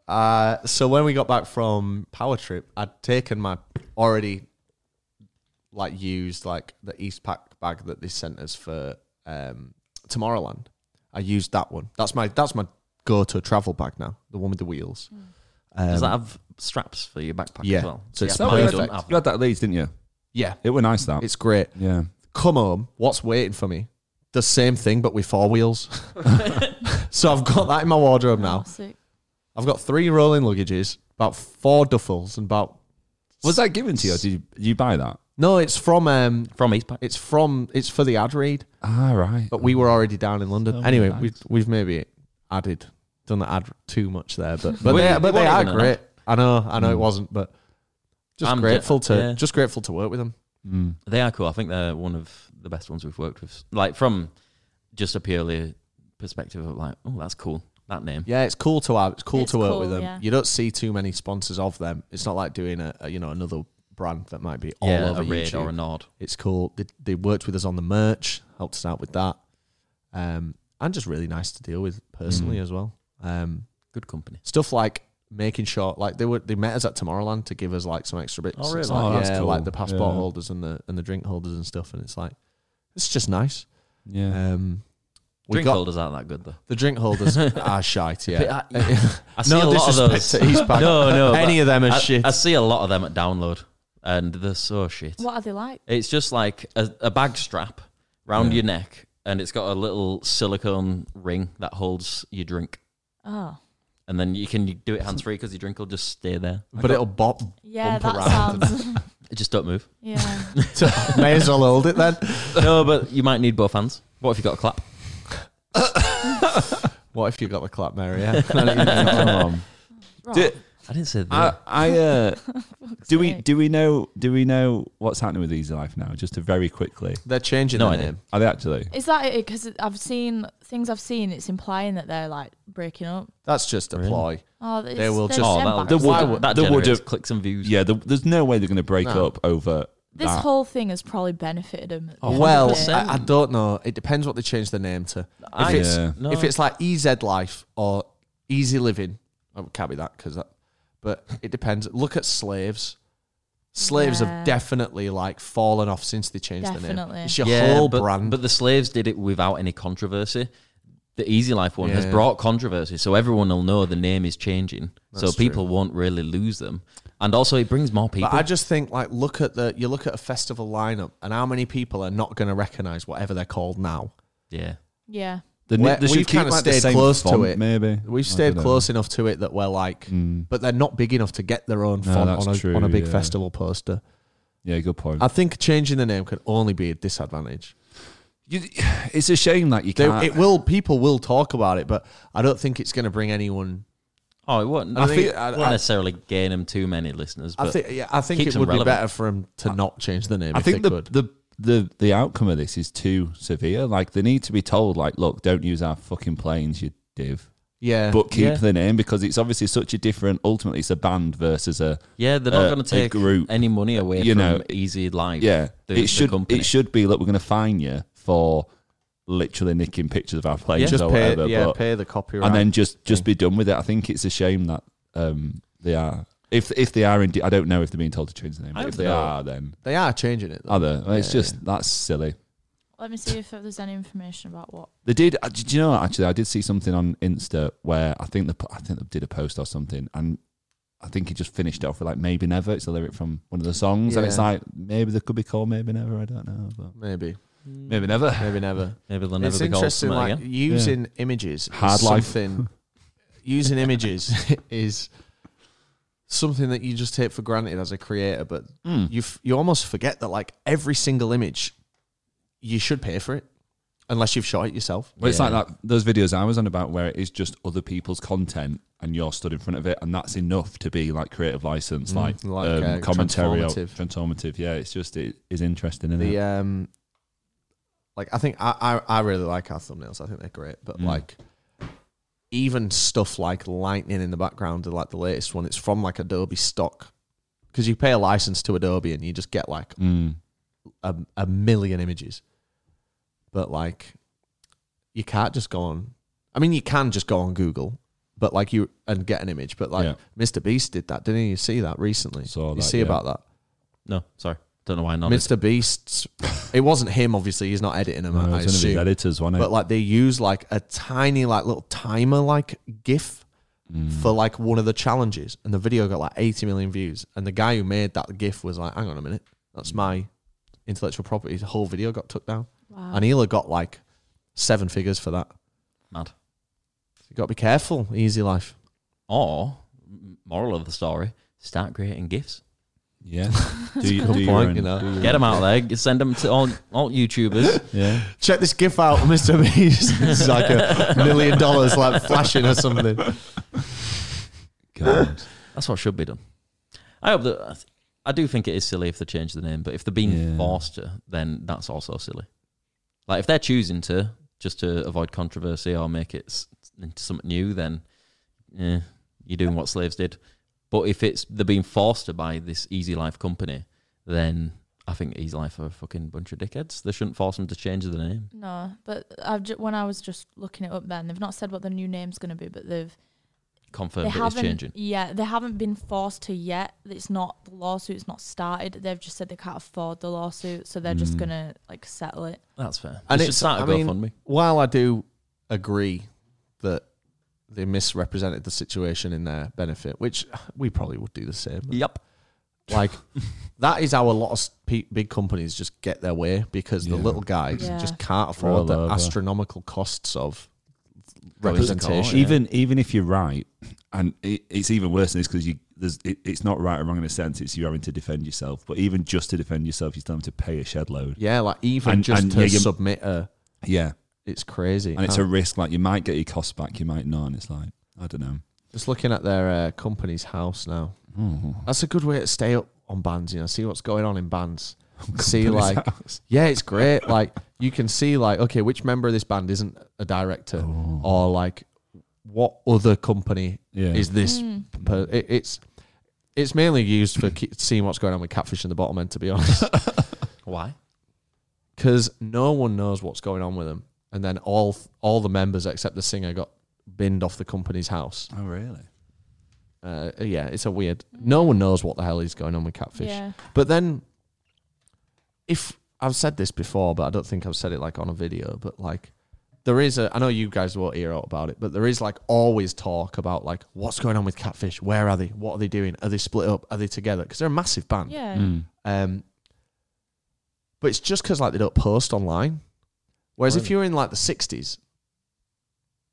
uh, so when we got back from Power Trip, I'd taken my already like used like the East Pack bag that they sent us for um, Tomorrowland. I used that one. That's my that's my go to travel bag now. The one with the wheels. Um,
Does that have straps for your backpack
yeah.
as well?
So it's
yeah,
not
mine
you,
perfect.
don't
had
have
that, you had that at Leeds, didn't you?
yeah,
It were nice that.
it's great.
yeah.
Come home. What's waiting for me? The same thing, but with four wheels. <laughs> so I've got that in my wardrobe now.
Oh, sick.
I've got three rolling luggages, about four duffels, and about
Was that given to you? Or did you, did you buy that?
no. It's from um.
From Eastpak.
It's from it's for the ad read,
Ah, right.
but we were already down in London.
So
anyway,
nice.
we've we've maybe added done the ad too much there, but but
Well,
they,
it
but they are
wasn't an
great. I know, I know it
Mm.
wasn't, but just
I'm
grateful
ju-
to
yeah.
just grateful to work with them.
Mm.
They are cool. I think they're one of the best ones we've worked with. Like from just a purely perspective of like, oh, that's cool. That name.
Yeah, it's cool to have. It's cool
It's
to work
cool,
with them.
yeah.
You don't see too many sponsors of them. It's not like doing a, a you know another brand that might be all
yeah,
over
a raid
YouTube.
or a nod.
It's cool. They, they worked with us on the merch, helped us out with that, um, and just really nice to deal with personally
Mm.
as well. Um,
Good company.
stuff like making sure, like they were, they met us at Tomorrowland to give us like some extra bits.
Oh, really?
It's like,
Oh, that's
yeah,
cool.
like the passport
Yeah.
holders and the and the drink holders and stuff. And it's like, it's just nice.
Yeah.
Um, we
Drink
got
holders aren't that good though.
the
<laughs>
drink holders are shite. Yeah,
But I,
<laughs>
I see a lot of those.
disrespect to East
<laughs>
Park.
No, no. but
Any of them are
I,
shit.
I see a lot of them at download, and they're so shit.
What are they like?
It's just like a, a bag strap round
Yeah.
your neck, and it's got a little silicone ring that holds your drink,
Oh,
and then you can do it hands free because your drink will just stay there.
Uh,
but <laughs> it'll bop.
yeah,
Bump
that
around. <laughs>
sounds. <laughs>
It just
<laughs>
don't move.
yeah.
May as well hold it then.
no, but you might need both hands. What if you got a clap?
What if you got the clap, Mary?
<laughs>
Come
Yeah.
on.
Right.
Do,
I didn't say that.
<laughs> I, I,
<laughs>
uh, do we
sake.
do we know do we know what's happening with Easy Life now? Just to very quickly,
They're changing
No
the
idea.
name.
are they actually?
Is that it? Because I've seen things I've seen. It's implying that they're like breaking up.
That's just a
Really?
ploy.
Oh, they
They will
they're
just-
oh,
sent
that'll-
back
that,
the
to
wood-
them.
would, that
the wood
generates
of-
clicks and views.
Yeah, the, there's no way they're going to break
No.
up over
This
that.
whole thing has probably benefited them. at the
Oh,
end
well, uh,
of the day.
I, I don't know. It depends what they change the name to. If
I-
it's
Yeah.
No.
if it's like EZ Life or Easy Living, oh, it can't be that because that. But it depends. Look at slaves. Slaves
Yeah.
have definitely like fallen off since they changed the name.
Definitely.
It's your
Yeah,
whole
but,
brand.
But the slaves did it without any controversy. The Easy Life one has
Yeah.
brought controversy, so everyone will know the name is changing, so
That's true.
people won't really lose them. And also, it brings more people.
But I just think like look at the you look at a festival lineup and how many people are not going to recognize whatever they're called now.
yeah,
yeah,
The,
We're-
ni- they should
we've
keep,
kinda
like, the
stayed
same
close to
font,
it.
Maybe
We've
I
stayed
dunno.
close enough to it that we're like,
Mm.
but they're not big enough to get their own
No,
font
that's
on a,
true,
on a big
yeah.
festival poster.
Yeah, good point.
I think changing the name can only be a disadvantage.
You, it's a shame that you
They,
can't.
it will people will talk about it, but I don't think it's going to bring anyone.
Oh, it won't.
I
I
think-
think
I-
won't
I-
necessarily gain them too many listeners. But
I think yeah, I think
keeps
it
them
would be
relevant.
better for them to not change the name.
I
if
think
they
the,
could.
the the the outcome of this is too severe. Like they need to be told, like, look, don't use our fucking planes, you div.
yeah,
But keep
Yeah.
the name because it's obviously such a different. Ultimately, it's a band versus a
yeah, they're not
uh,
going
a
to take
group.
any money away
You
from
know,
Easy Live.
yeah.
the-
it
the
should
company.
it should be look, we're going to fine you for literally nicking pictures of our planes
Yeah.
or
just pay
whatever.
yeah
but,
pay uh, the copyright
and then just just be done with it. I think it's a shame that um they are. If, if they are indeed, I don't know if they're being told to change the name.
I
But if
don't
they
know.
are, then
they are changing it. though.
other. It's
Yeah,
just that's silly.
Let me see if there's any information about what.
They did. uh, Do you know? what, Actually, I did see something on Insta where I think the p- I think they did a post or something, and I think he just finished it off with like "Maybe Never." It's a lyric from one of the songs, and it's
Yeah.
like maybe they could be called "Maybe Never." I don't know, but
Maybe
maybe never.
maybe never.
Maybe they'll
Mm. it's
never be called
interesting,
something
like
again.
using images.
Hard
is
life.
something, using images <laughs> is something that you just take for granted as a creator, but
Mm.
you f- you almost forget that like every single image, you should pay for it, unless you've shot it yourself.
But it's
Yeah.
like that those videos I was on about where it is just other people's content and you're stood in front of it, and that's enough to be like creative license, like,
like,
um,
uh,
commentary, uh, or
transformative.
transformative. Yeah, it's just it is interesting, isn't
The
it?
um, like I think I I, I really like our thumbnails. I think they're great, but
Mm.
like. Even stuff like lightning in the background, like the latest one, it's from like Adobe stock, because you pay a license to Adobe and you just get like
Mm.
a, a million images. But like, you can't just go on. I mean, you can just go on Google, but like you and get an image. But like,
Yeah.
Mr. Beast did that, didn't he? You see that recently?
Saw
you
that,
see
yeah.
about that?
No, sorry, don't know why not.
Mr. Beast's. it wasn't him, obviously. He's not editing them.
No,
I
it's one of his
assume.
editors, one.
But like, they use like a tiny, like little timer, like GIF.
Hmm.
For like one of the challenges, and the video got like 80 million views. And the guy who made that GIF was like, "Hang on a minute, that's my intellectual property." The whole video got took down.
Wow.
And Hila got like seven figures for that.
Mad.
you got to be careful, easy life.
Or moral of the story: start creating gifts.
<laughs>
Yeah. do you,
Good
do your
point,
own-
you know.
do your
Get
own-
them out there. Send them to all, all YouTubers.
Yeah.
Check this GIF out, <laughs> Mr. Beast. it's like a million dollars, like flashing or something.
God.
That's what should be done. I hope that. I th- I do think it is silly if they change the name, but if they're being
Yeah.
forced to, then that's also silly. Like if they're choosing to just to avoid controversy or make it s- into something new, then eh, you're doing what slaves did. But if it's they're being forced to by this Easy Life company, then I think Easy Life are a fucking bunch of dickheads. They shouldn't force them to change the name.
No, but I've ju- when I was just looking it up, then they've not said what the new name's going to be, but they've
Confirm
they
that it's
haven't.
changing.
Yeah, they haven't been forced to yet. It's not the lawsuit's not started. They've just said they can't afford the lawsuit, so they're just
Mm.
going to like settle it.
That's fair.
And
they should
it's-
start a
I mean-
GoFundMe.
While I do agree that they misrepresented the situation in their benefit, which we probably would do the same.
Yep.
<laughs>
Like, that is how a lot of s- pe- big companies just get their way because
Yeah.
the little guys
Yeah.
just can't afford the
Roll over.
astronomical costs of
Going to court,
representation.
yeah.
Even even if you're right, and it, it's even worse than this because you there's it, it's not right or wrong in a sense. It's you having to defend yourself, but even just to defend yourself, you still have to pay a shed load.
Yeah, like even
And-
just
and
to
yeah, you-
submit a,
Yeah,
it's crazy. Uh,
and it's
Uh-huh.
How-
a risk. Like you might get your costs back, you might not. And it's like I don't know.
Just looking at their uh, company's house now.
<laughs>
That's a good way to stay up on bands, you know, see what's going on in bands. see, like, yeah, it's great. Like, you can see, like, okay, which member of this band isn't a director
oh.
or, like, what other company
Yeah.
is this?
Mm.
Per- it, it's it's mainly used for ke- seeing what's going on with Catfish in the Bottom End, to be honest, <laughs>
Why?
because no one knows what's going on with them. And then all all the members except the singer got binned off the company's house.
Oh really?
uh, yeah, it's a weird. No one knows what the hell is going on with catfish.
Yeah.
But then, if I've said this before, but I don't think I've said it like on a video, but like there is a. I know you guys won't hear out about it, but there is like always talk about like what's going on with catfish. Where are they? What are they doing? Are they split up? Are they together? Because they're a massive band.
Yeah.
Mm.
Mm.
Um, but it's just because like they don't post online. Whereas if
Really?
you were in like the '60s,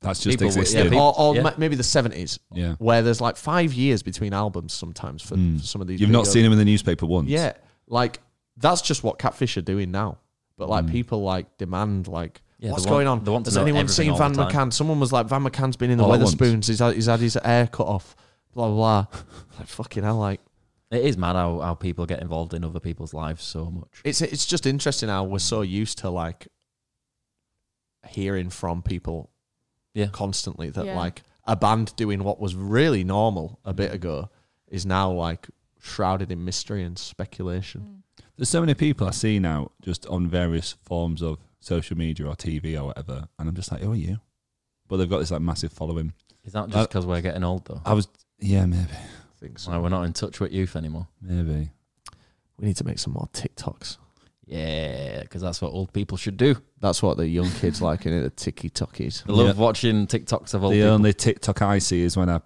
That's just
People would- yeah,
existed.
people-
or, or
yeah.
ma- maybe the seventies,
Yeah.
where there's like five years between albums sometimes for,
Mm.
for some of these.
You've not
videos.
seen him in the newspaper once.
Yeah, like that's just what Catfish are doing now. But like
Mm.
people like demand like
Yeah, they
what's
want-
going on?
they want to
Has
know
anyone
everything
seen
all the
Van
time.
McCann? Someone was like Van McCann's been in the
All at once.
Weatherspoons. He's had, he's had his hair cut off. Blah blah. <laughs> blah. like fucking hell. Like
It is mad how, how people get involved in other people's lives so much.
it's it's just interesting how we're so used to like hearing from people
Yeah.
constantly that
Yeah.
like a band doing what was really normal a
Mm.
bit ago is now like shrouded in mystery and speculation.
Mm.
There's so many people I see now just on various forms of social media or TV or whatever, and I'm just like, who are you? But they've got this like massive following.
Is that
Uh,
just because we're getting old though?
I was, yeah, maybe,
I think so.
Like, we're not in touch with youth anymore.
maybe.
We need to make some more TikToks.
Yeah, because that's what old people should do.
That's what the young kids like in it, the ticky tockies.
I love
Yeah.
watching TikToks of old
the
people.
only TikTok I see is when I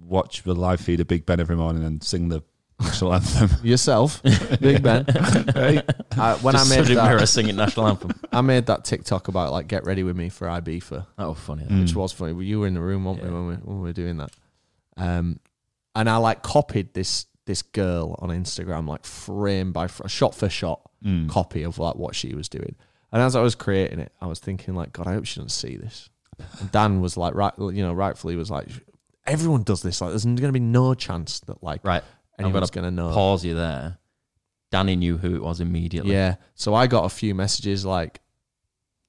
watch the live feed of Big Ben every morning and sing the national <laughs> anthem.
<laughs>
Yourself, Big Ben.
Right?
I, when I
Just
made
stood in mirror
that,
singing national <laughs> anthem.
I made that TikTok about like get ready with me for Ibiza,
Oh, funny.
Mm.
which was funny. You were in the room, weren't
Yeah.
we, when we when we were doing that? Um, and I like copied this this girl on Instagram, like frame by fr- shot for shot
Mm.
copy of like what she was doing. And as I was creating it, I was thinking like, God, I hope she doesn't see this. And Dan was like, right, you know, rightfully was like, everyone does this. Like, there's going to be no chance that like
Mm. Right. I'm
anyone's going to know.
Pause you there. Danny knew who it was immediately.
Yeah. So I got a few messages like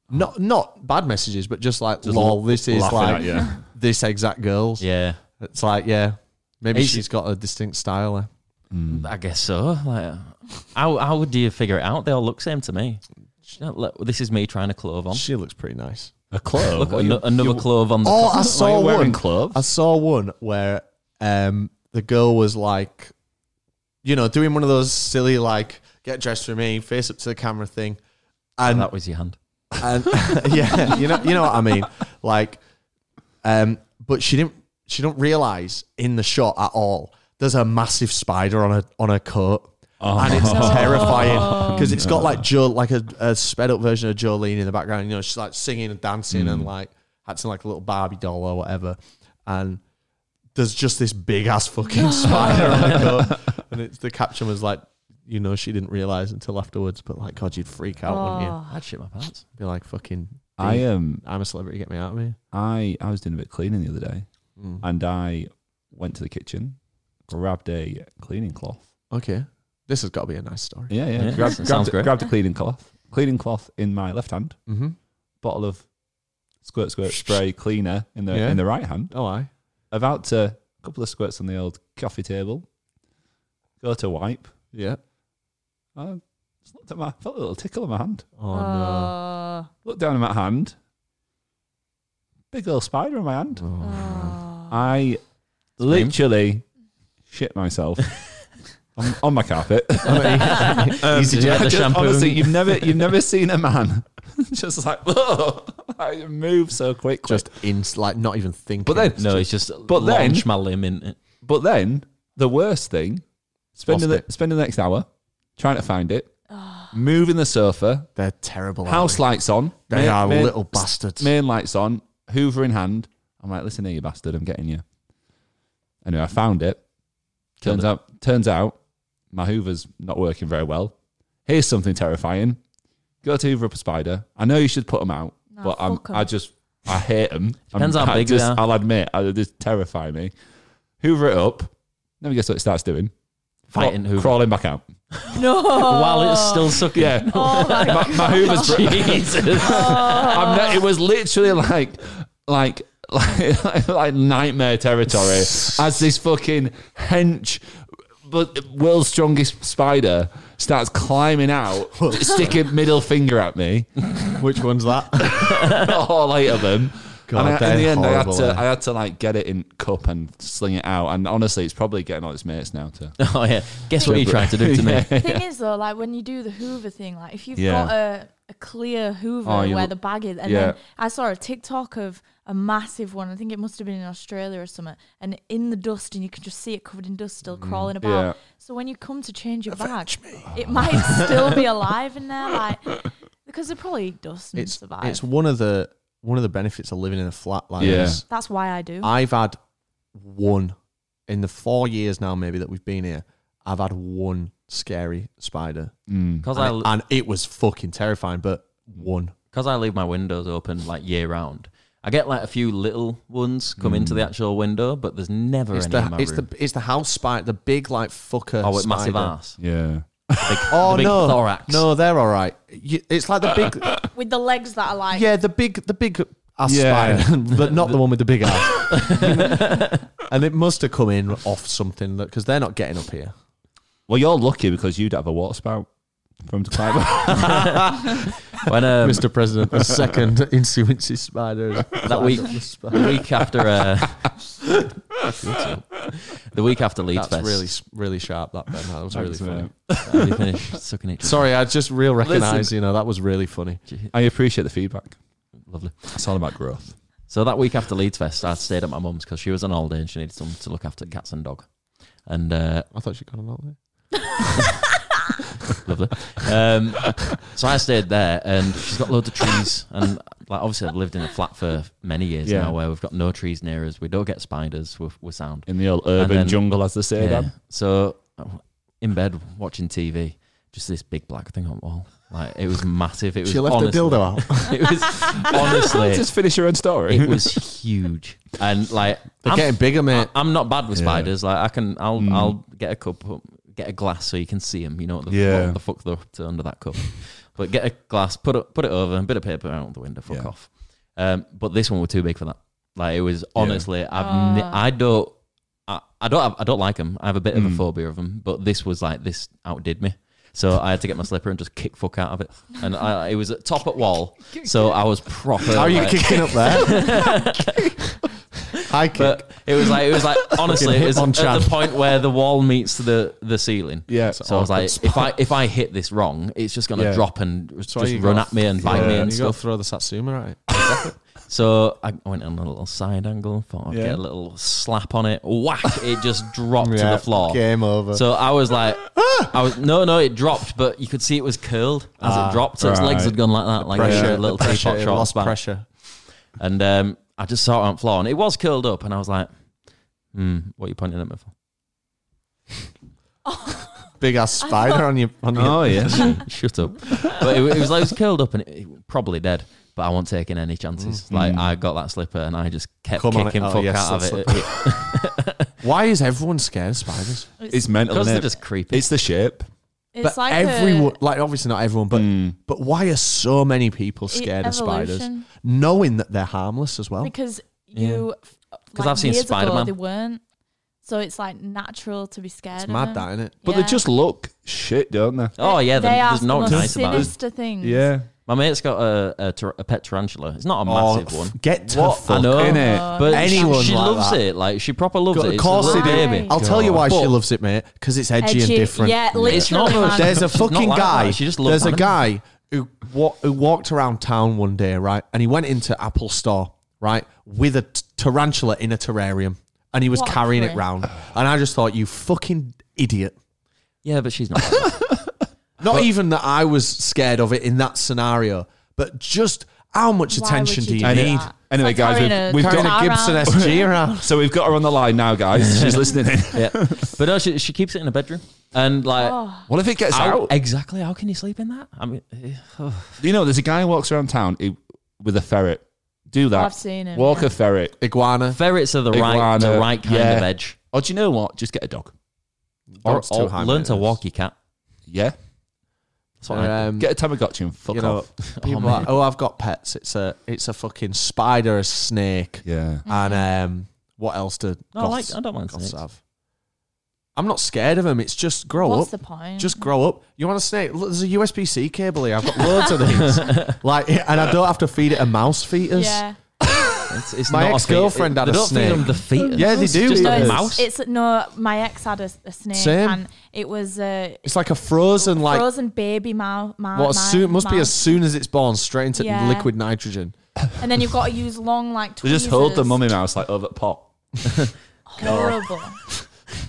not not bad messages, but just like
Just
lol, this is
laughing
like
at you.
this exact girl's.
Yeah.
It's like, yeah. Maybe
It's-
she's got a distinct style. eh?
Mm.
I guess so. Like, how how do you figure it out? They all look same to me. Sh- look, This is me trying to clove on.
She looks pretty nice.
A clove?
Look,
What are
an-
you-
another
you-
clove on the.
Oh,
co-
Are
I
you
saw
wearing
one.
cloves?
I saw one where um, the girl was like, you know, doing one of those silly like get dressed for me, face up to the camera thing,
Oh,
and
that was your hand.
and <laughs> yeah, you know, you know what I mean. Like, um, but she didn't, she don't realize in the shot at all. There's a massive spider on her on her coat,
Oh. <laughs>
and <laughs> it's
No.
Oh. terrifying because it's got like jo- like a, a sped up version of Jolene in the background. You know, she's like singing and dancing and like acting like a little Barbie doll or whatever, and. There's just this big ass fucking <laughs> spider on her coat. And it's, the caption was like, you know, she didn't realize until afterwards, but like, God, you'd freak out, wouldn't you?
Oh.
I'd shit my pants.
be like, fucking,
I um
I'm a celebrity, get me out of here.
I I was doing a bit of cleaning the other day, and I went to the kitchen, grabbed a cleaning cloth.
Okay. This has got to be a nice story.
Yeah, yeah.
Yeah,
grabbed,
sounds
grabbed,
great.
grabbed a cleaning cloth, cleaning cloth in my left hand,
Mm-hmm.
bottle of squirt squirt spray cleaner in the
Yeah.
in the right hand.
Oh, I.
About to a couple of squirts on the old coffee table. Go to wipe.
Yeah.
I just looked at my felt a little tickle in my hand.
Oh,
Uh,
no.
Looked down at my hand. Big old spider in my hand.
Oh,
Uh,
man.
<laughs> I literally
<laughs>
shit myself on, on my carpet.
<laughs>
<laughs>
I mean,
Easy
Um, Yeah, <laughs>
the
just-
shampoo.
Honestly, you've never you've never seen a man <laughs> just like "Whoa," <laughs> I move so quickly.
just in, like, not even thinking.
but then
no, it's just
But then-
launch my limb in uh, it.
but then the worst thing, spending
Lost
the, spending the next hour trying to find it, moving the sofa,
they're terrible. aren't
house lights on,
they, they
main-
are
main-
little bastards.
main lights on, Hoover in hand. I'm like, listen here, you bastard, I'm getting you. Anyway, I found it.
Killed
Turns out, turns out, my Hoover's not working very well. Here's something terrifying. Go to Hoover up a spider. I know you should put them out,
Nah,
but I'm,
fuck 'em.
I just, I hate them.
Depends how
I
big they
just,
are.
I'll admit, I, they just terrify me. Hoover it up. Let me guess what it starts doing.
Fighting
Craw-
Hoover.
Crawling back out.
<laughs>
No.
While it's still sucking.
Yeah.
Oh my
my, my Hoover's, br-
<laughs> Jesus.
I'm not, it
Oh.
was literally like, like, <laughs> like, like, nightmare territory as this fucking hench, but world's strongest spider starts climbing out, sticking middle finger at
<laughs>
me,
Which one's that?
all eight of them. and
God,
I, in the
they're
end, I had
horrible,
to,
eh?
I had to like get it in cup and sling it out. And honestly, it's probably getting all its mates now to.
oh yeah. Guess what you tried to do to me?
The thing is though, like when you do the Hoover thing, like if you've
Yeah.
got a, a clear Hoover
Oh, you-
where the bag is, and
yeah.
then I saw a TikTok of a massive one. I think it must have been in Australia or something, and in the dust, and you can just see it covered in dust, still crawling about.
yeah.
So when you come to change your bag, it might still be alive in there, like because they probably eat dust and
it's,
survive.
it's one of the one of the benefits of living in a flat like
Yeah.
this.
That's why I do.
I've had one in the four years now, maybe that we've been here. I've had one scary spider,
Mm.
Because I,
and, it, and it was fucking terrifying. But one,
because I leave my windows open like year round, I get like a few little ones come into the actual window, but there's never
it's
any
the
in my
it's
room.
the it's the house spider, the big like fucker.
oh, with massive
spider.
ass.
Yeah.
Big,
Oh
the big
no,
thorax.
no, they're all right. You- It's like the
<laughs>
big,
With the legs that are like, <laughs>
yeah, the big, the big ass
Yeah.
<laughs>
spider, but not the one with the big ass. <laughs> and it must have come in off something because they're not getting up
<laughs>
here.
Well, you're lucky because you'd have a water spout for him to
<laughs>
climb up.
When um,
Mr. President,
<laughs>
the second insuency spider.
that week, the week after, uh, <laughs> the week after Leeds
That's
Fest,
really, really sharp. That Ben, that was really
Thanks, mate.
funny.
uh, we finished sucking each. other.
Sorry, I just real recognize.
Listen.
You know, that was really funny.
I appreciate the feedback.
lovely.
It's all about growth.
So that week after Leeds Fest, I stayed at my mum's because she was on holiday and she needed someone to look after cats and dog. And uh,
I thought you got him out there.
lovely. Um, so I stayed there, and she's got loads of trees, and like obviously I've lived in a flat for many years
Yeah.
now, where we've got no trees near us. We don't get spiders. We're, we're sound.
In the old urban
then-
jungle, as they say,
Yeah.
Dan.
So uh, in bed watching TV, just this big black thing on the wall. Like it was massive. It was
She left
honestly, <laughs>
the dildo out.
It was
<laughs>
honestly,
Just finish your own story.
it was huge, and like
They're
I'm-
getting bigger, mate.
I- I'm not bad with
Yeah.
spiders. Like I can, I'll,
Hmm.
Mm.
I'll get a cup, get a glass so you can see them. You know what the,
Yeah.
what the fuck they're up to under that cup. but get a glass, put it, put it over, and a bit of paper out the window. Fuck
Yeah.
off. Um, but this one were too big for that. Like it was honestly, I've, ni-
Ah.
I don't, I, I don't, have, I don't like them. I have a bit of
Hmm.
a
Mm.
phobia of them. But this was like this outdid me. So I had to get my slipper and just kick fuck out of it, and I, it was at top at wall. So I was proper.
How are you
like- <laughs>
kicking up there? High kick.
but it was like it
<laughs>
was like honestly, it was
on
at
Chad.
the point where the wall meets the the ceiling.
yeah.
Oh,
So I was like, if I if I hit this wrong, it's just gonna
Yeah.
drop and
So
just
you
run
got-
at me and bite
yeah,
me and
you got to
stuff.
throw the satsuma at it.
So I went on a little side angle and thought I'd
Yeah.
get a little slap on it. Whack! It just dropped to
Yeah,
the floor.
Game over.
So I was like, I was no, no, it dropped, but you could see it was curled as
Ah,
it dropped. So its legs
right.
had gone like that, like
pressure,
a little
the pressure,
teapot
it
shot.
lost
back.
pressure.
And um, I just saw it on the floor, and it was curled up, and I was like, hmm, "What are you pointing at me for?"
Big ass
I
spider
thought-
on your on your.
oh, yeah.
<laughs>
<laughs>
Mm.
Shut up. But it, it was like it was curled up and it, it probably dead. But I wasn't taking any chances. Like I got that slipper and I just kept
Mm. Come on
kicking
it. Oh,
fuck
yes,
out of
that's
it.
Why is everyone scared of spiders?
<laughs> It's mental.
Because
Isn't
they're
it?
just creepy.
it's the shape.
it's
but
like
everyone, like obviously not everyone, but
Mm.
but why are so many people
a
scared of spiders,
E-
Oh.
evolution.
knowing that they're harmless as well?
Because
Yeah.
you,
Because
like,
I've seen
years ago,
Spider-Man.
They weren't, so it's like natural to be scared.
It's
of
mad,
them.
that isn't it?
But they just look shit, don't they?
oh yeah,
they
there-
are
there's
the
no
most
nice about it.
sinister things.
Yeah.
My mate's got a a, tar- a pet tarantula. It's not a massive
Oh,
one,
f- Get to
What? I
fuck.
know.
In it.
Oh,
but
yeah.
anyone
she, she
like
loves
that.
it. Like she proper loves
Go-
it.
of
It's
course
a
they
little
do.
baby.
I'll tell you why she loves it, mate, because it's edgy, and different.
Yeah, literally.
It's not
man.
those-
<laughs> There's a
She's not
fucking
like
guy.
that. She just loves
There's a
animals.
guy who wa- who walked around town one day, right? And he went into Apple Store, right, with a t- tarantula in a terrarium, and he was
What a
carrying it
prick.
round. And I just thought, you fucking idiot.
Yeah, but she's not.
Not even that I was scared of it in that scenario, but just how much
Why
attention
would
do you
do
need?
Any-
that? It's
anyway,
like
guys,
carrying
we've-
a
we've
Carrying
car
a Gibson
<laughs>
around.
SG around.
So we've got her on the line now, guys. She's listening in.
yeah,
<laughs>
but no, she she keeps it in a bedroom and like.
Oh,
What if it gets
how-
out?
exactly. How can you sleep in that? I mean, eh, oh.
You know, there's a guy who walks around town he- with a ferret. Do that.
I've seen him,
Walk
yeah.
a ferret.
Iguana.
ferrets are the right, the
Iguana,
right kind
yeah.
of edge.
Or Oh, do you know what? Just get a dog.
Or,
Dog's too
or
high
learn to
maintenance.
walk your cat.
Yeah.
That's what I
Um,
Get a Tamagotchi and fuck
you know,
off.
people
man.
are, oh, I've got pets. It's a it's a fucking spider, a snake,
Yeah.
and um, what else do
No, I
goths,
like- I don't mind
goths
snakes. <laughs>
have? I'm not scared of them. It's just grow
what's
up.
the point?
just grow up. You want a snake? Look, there's a USB C cable here. I've got loads of <laughs> these. like, and I don't have to feed it a mouse fetus.
yeah.
It's, it's
My
not a
ex-girlfriend
fetus.
had
they
a
don't
snake.
feed them the fetus.
Yeah, they
It's
do.
Just
it
No,
a
is.
it's,
mouse.
It's no. My ex had a, a snake,
Same.
and it was a
It's like a frozen, like
frozen baby mouse. Ma-
what? As soon, must be as
mouse.
soon as it's born, straight into
Yeah.
liquid nitrogen.
And then you've got to use long like.
They
Tweezers.
just hold the mummy mouse like over the pot.
Horrible.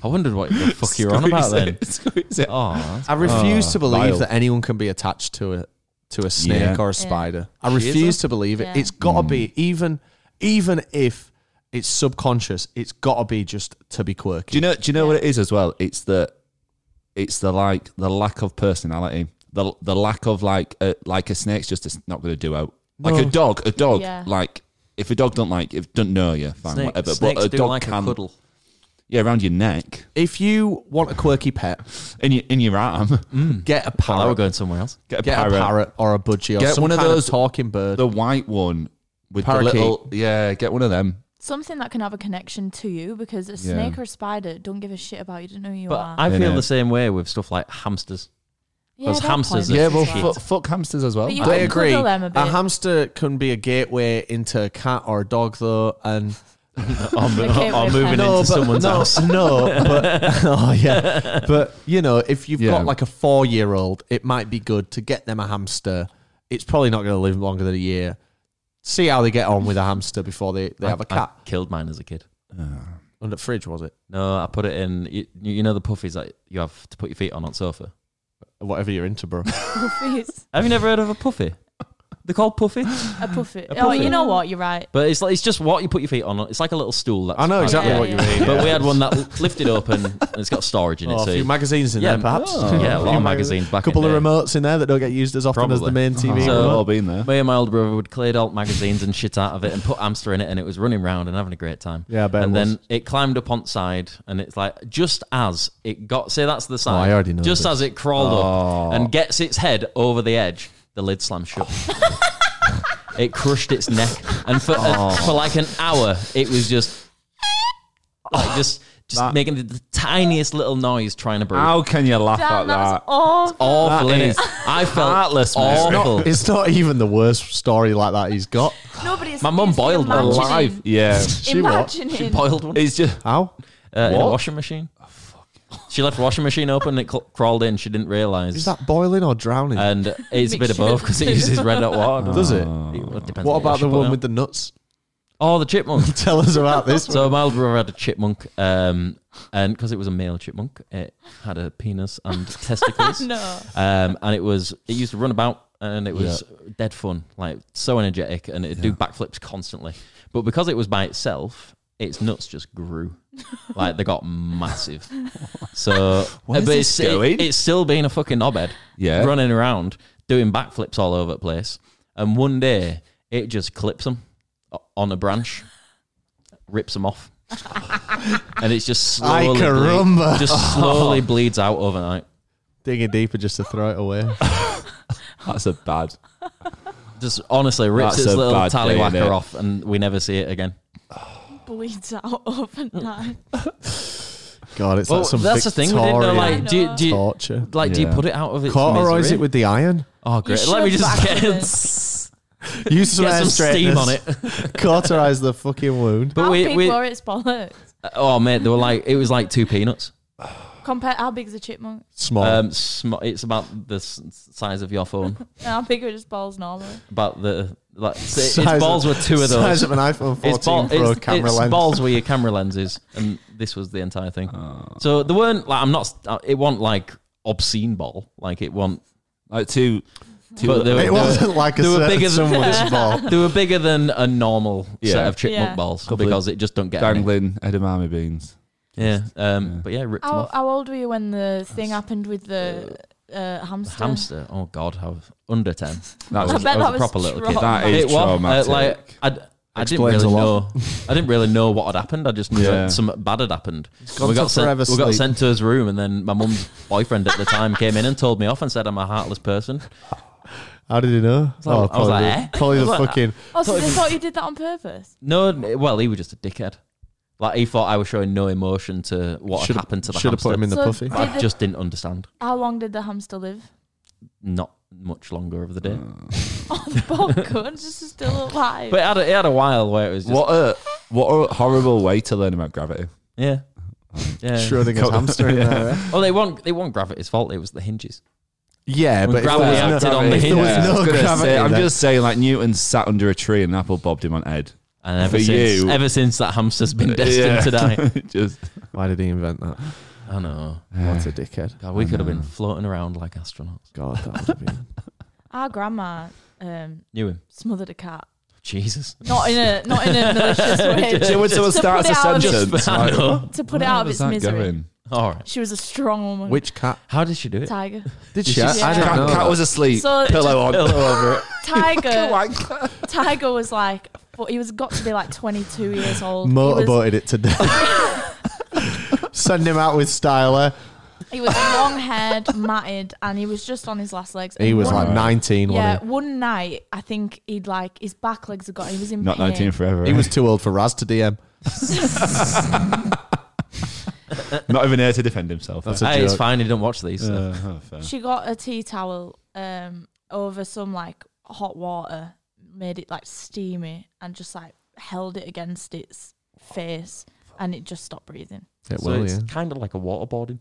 I wondered what the fuck
<laughs>
you're on about
Squeeze
then.
it, Squeeze it.
Oh,
I refuse
Oh,
to believe
vile.
that anyone can be attached to a to a snake
Yeah.
or a
Yeah.
spider. I
Shiza?
refuse to believe it.
Yeah.
It's got to
Mm.
be even even if it's subconscious. It's got to be just to be quirky.
Do you know? Do you know
Yeah.
what it is as well? It's the, it's the like the lack of personality, the the lack of like a, like a snake's just a, not going to do out. Like a
No.
dog, a dog,
Yeah.
like if a dog don't like if don't know you, fine,
Snake-
whatever.
snakes
but a
do
dog
like
can,
a cuddle.
yeah, around your neck,
if you want a quirky pet,
in your in your arm. <laughs>
get a
Oh, now we're
parrot.
going somewhere else.
Get a
Get
parrot.
a parrot or a budgie or
Get
some
one of
kind
those-
talking bird.
The white one with
Parakeet.
the little yeah. Get one of them.
Something that can have a connection to you because a
Yeah.
snake or a spider don't give a shit about you, don't know who you
But
are.
I
Yeah,
feel
no.
the same way with stuff like
<laughs>
hamsters.
yeah,
those
they're
hamsters
pointless
are
Yeah,
as
well,
shit.
well.
fuck, fuck hamsters as well.
But you
I-
I
don't
agree.
cuddle them a
A
bit.
hamster can be a gateway into a cat or a dog, though, and
or, mo-
Okay,
or
with
moving
them.
into someone's
no,
house.
No, but <laughs> oh yeah, but you know, if you've
Yeah.
got like a four-year-old, it might be good to get them a hamster. It's probably not going to live longer than a year. See how they get on with a hamster before they, they
I-
have a
I
cat.
killed mine as a kid.
Ah.
Under the fridge was it?
No, I put it in. You, you know the puffies that you have to put your feet on on sofa.
Whatever you're into, bro.
<laughs> Puffies.
Have you never heard of a puffy? They're called puffy,
A puffy.
<laughs> A
Oh,
puffy.
you know what? You're right.
but it's like it's just what you put your feet on. It's like a little stool. That's
I know
like-
exactly
Yeah,
what you
yeah.
mean.
But we had one that lifted open and it's got storage in it.
Oh, a
so
few
you-
magazines in
yeah,
there, perhaps.
oh,
<laughs>
yeah, a lot
Few
of
maga-
magazines back.
couple
in
of
the day.
remotes in there that don't get used as often as the
Probably. Uh-huh.
main TV.
Oh. We've
So-
remote.
all been there.
Me and my older brother would cleared out magazines and shit out of it and put hamster in it, and it was running round and having a great time.
Yeah, I bet it
and
was.
then it climbed up on side, and it's like just as it got, say that's the side.
Oh, I already know
Just
this. Oh.
as it crawled up and gets its head over the edge, the lid slammed
<laughs>
shut. it crushed its neck, and for
Oh.
and for like an hour, it was just like just just
That-
making the, the tiniest little noise trying to breathe.
How can you laugh
Damn,
at
that was
that?
awful.
Awful,
That
innit?
is
I felt
heartless, mate.
awful.
<laughs> It's not even the worst story like that he's got.
Nobody's.
My mum
it's the
boiled one.
imagining-
Alive, yeah. <laughs>
She what?
She
Imagining.
boiled one.
It's just
How?
Uh, in a
What?
washing machine.
Oh,
She left the washing machine open and it cl- crawled in. She didn't realise.
Is that boiling or drowning?
and it's a bit of
Mixture of
both because it
two.
uses red hot water.
Does it?
well, it depends
What
on
about
wash
the
you put
one
on.
with the nuts? <laughs>
Oh, the chipmunk.
Tell us about
<laughs>
this.
so my old brother had a chipmunk, um, and because it was a male chipmunk, it had a penis and testicles,
<laughs> No.
um, and it was it used to run about, and it was dead fun, like so energetic, and it'd do backflips constantly. But because it was by itself, its nuts just
<laughs>
grew, like they got massive. So,
Where's
but
this
it's, it-
going?
it's still being a fucking knobhead
yeah.
running around doing backflips all over the place. And one day it just clips them on a branch, rips
<laughs>
them off, and it's just
I
slowly ble-
caramba.
<laughs>
just slowly bleeds out overnight.
Digging deeper just to throw it away.
That's a bad.
Just honestly rips
That's
its
a
little
bad day,
tallywhacker
innit?
off, and we never see it again.
Bleeds out overnight.
God, it's
Well,
like some
that's the thing. We didn't know,
Victorian
like, do, you- do you,
torture.
like, do you
Yeah.
put it out of <laughs> its
Cauterize
misery?
it with
<laughs>
the iron.
Oh, great!
You
Let me
should
just
back
get, <laughs>
with
get
it.
some
Use some air
steam
straighteners.
on it.
<laughs> Cauterize the fucking
<laughs>
wound.
But
how
we,
big
we,
were its bollocks?
oh mate, they were like it was like two peanuts.
Compared, how big's a chipmunk?
Small.
Um, sm- it's about the s- size of your phone.
And how big are its balls normally?
About the like say,
Size
its balls
of-
were two of
Size
those.
of an iPhone 14
It's, ball,
Pro
it's,
camera
it's
lens.
balls were your camera lenses, and this was the entire thing.
Oh.
So there weren't like I'm not. uh, It wasn't like obscene ball. Like it wasn't.
Like two, two.
But they were-
It wasn't like a
they were
certain
bigger than-
someone's ball.
They were bigger than a normal set
Yeah.
of chipmunk
Yeah.
balls
Couple of
because it just don't get any.
dangling edamame beans.
Yeah. Um.
Yeah.
But yeah, ripped
Oh,
them
How,
off.
how old were you when the thing happened with the uh, hamster?
Hamster. Oh God, I was under ten.
That
I
was, that
bet
was
a proper little kid.
<laughs> That is
it was uh,
traumatic.
like I, I didn't
Explains
really
a
know.
lot.
I didn't really know what had happened. I just knew
Yeah.
some bad had happened.
gone
We
to
got sent.
forever
We got
sleep.
sent to his room, and then my
<laughs>
mum's boyfriend at the time came in and told me off and said I'm a heartless person.
How did you know?
was
Oh,
like- I was
probably,
like, eh?
probably the
I was like,
fucking.
Oh, so they thought you did that on purpose?
No, n- well, he was just a dickhead. Like he thought I was showing no emotion to what had
Should've-
happened to the
Should have
hamster.
put him in the
So
puffy.
did
I
the-
just didn't understand.
How long did the hamster live? <laughs>
Not much longer of the day,
Oh, the ball gun just is still alive.
but it had, a, it had a while where it was just
What a what a horrible way to learn about gravity. <laughs>
yeah, yeah.
Schrodinger's hamster. in there, eh?
Well, they weren't. They weren't gravity's fault. It was the hinges.
Yeah,
When
but if
gravity
there was
acted
no-
on the
if there
hinge.
was
Yeah,
I was
no
gonna
gravity
say, I'm
there-
just saying, like Newton sat under a tree and an apple bobbed him on head.
And ever
For
since,
you.
ever since that hamster's been destined
<laughs> Yeah.
to die.
<laughs> Just
Why did he invent that?
I know.
What a dickhead.
God, we
I
could have
know.
been floating around like astronauts.
<laughs> God, that would have been.
Our grandma um,
Knew him.
smothered a cat.
<laughs>
Jesus.
Not in a not in a malicious way.
Just-
So when
to
someone
put
starts
it
a
out of its-
sentence,
<laughs> I
like,
know.
to put it
where
out of
was
its
that
misery.
going?
All right.
She was a strong woman.
Which cat?
How did she do it?
tiger?
Did
Did
she?
she-
I, I
Yeah.
don't
Cat,
know.
cat was asleep,
So-
pillow on.
Pillow over
<laughs>
it.
Tiger.
Wanker.
tiger was like, but he was got to be like 22 years old. He was-
motorboated it to death.
<laughs>
Send him out with style. eh?
He was long haired, <laughs> matted, and he was just on his last legs.
He
And
was
one-
like 19,
yeah.
wasn't
One night, I think he'd like his back legs had got. He was in
Not
pain.
19 forever.
he? He was too old for Raz to DM.
not even here to defend himself.
That's
eh?
a
Hey, it's
joke.
fine. He didn't watch these. so.
Uh, oh, fair.
She got a tea towel um, over some like hot water, made it like steamy, and just like held it against its face, and it just stopped breathing.
It
so
will,
it's
yeah.
kind of like
<laughs>
a waterboarding.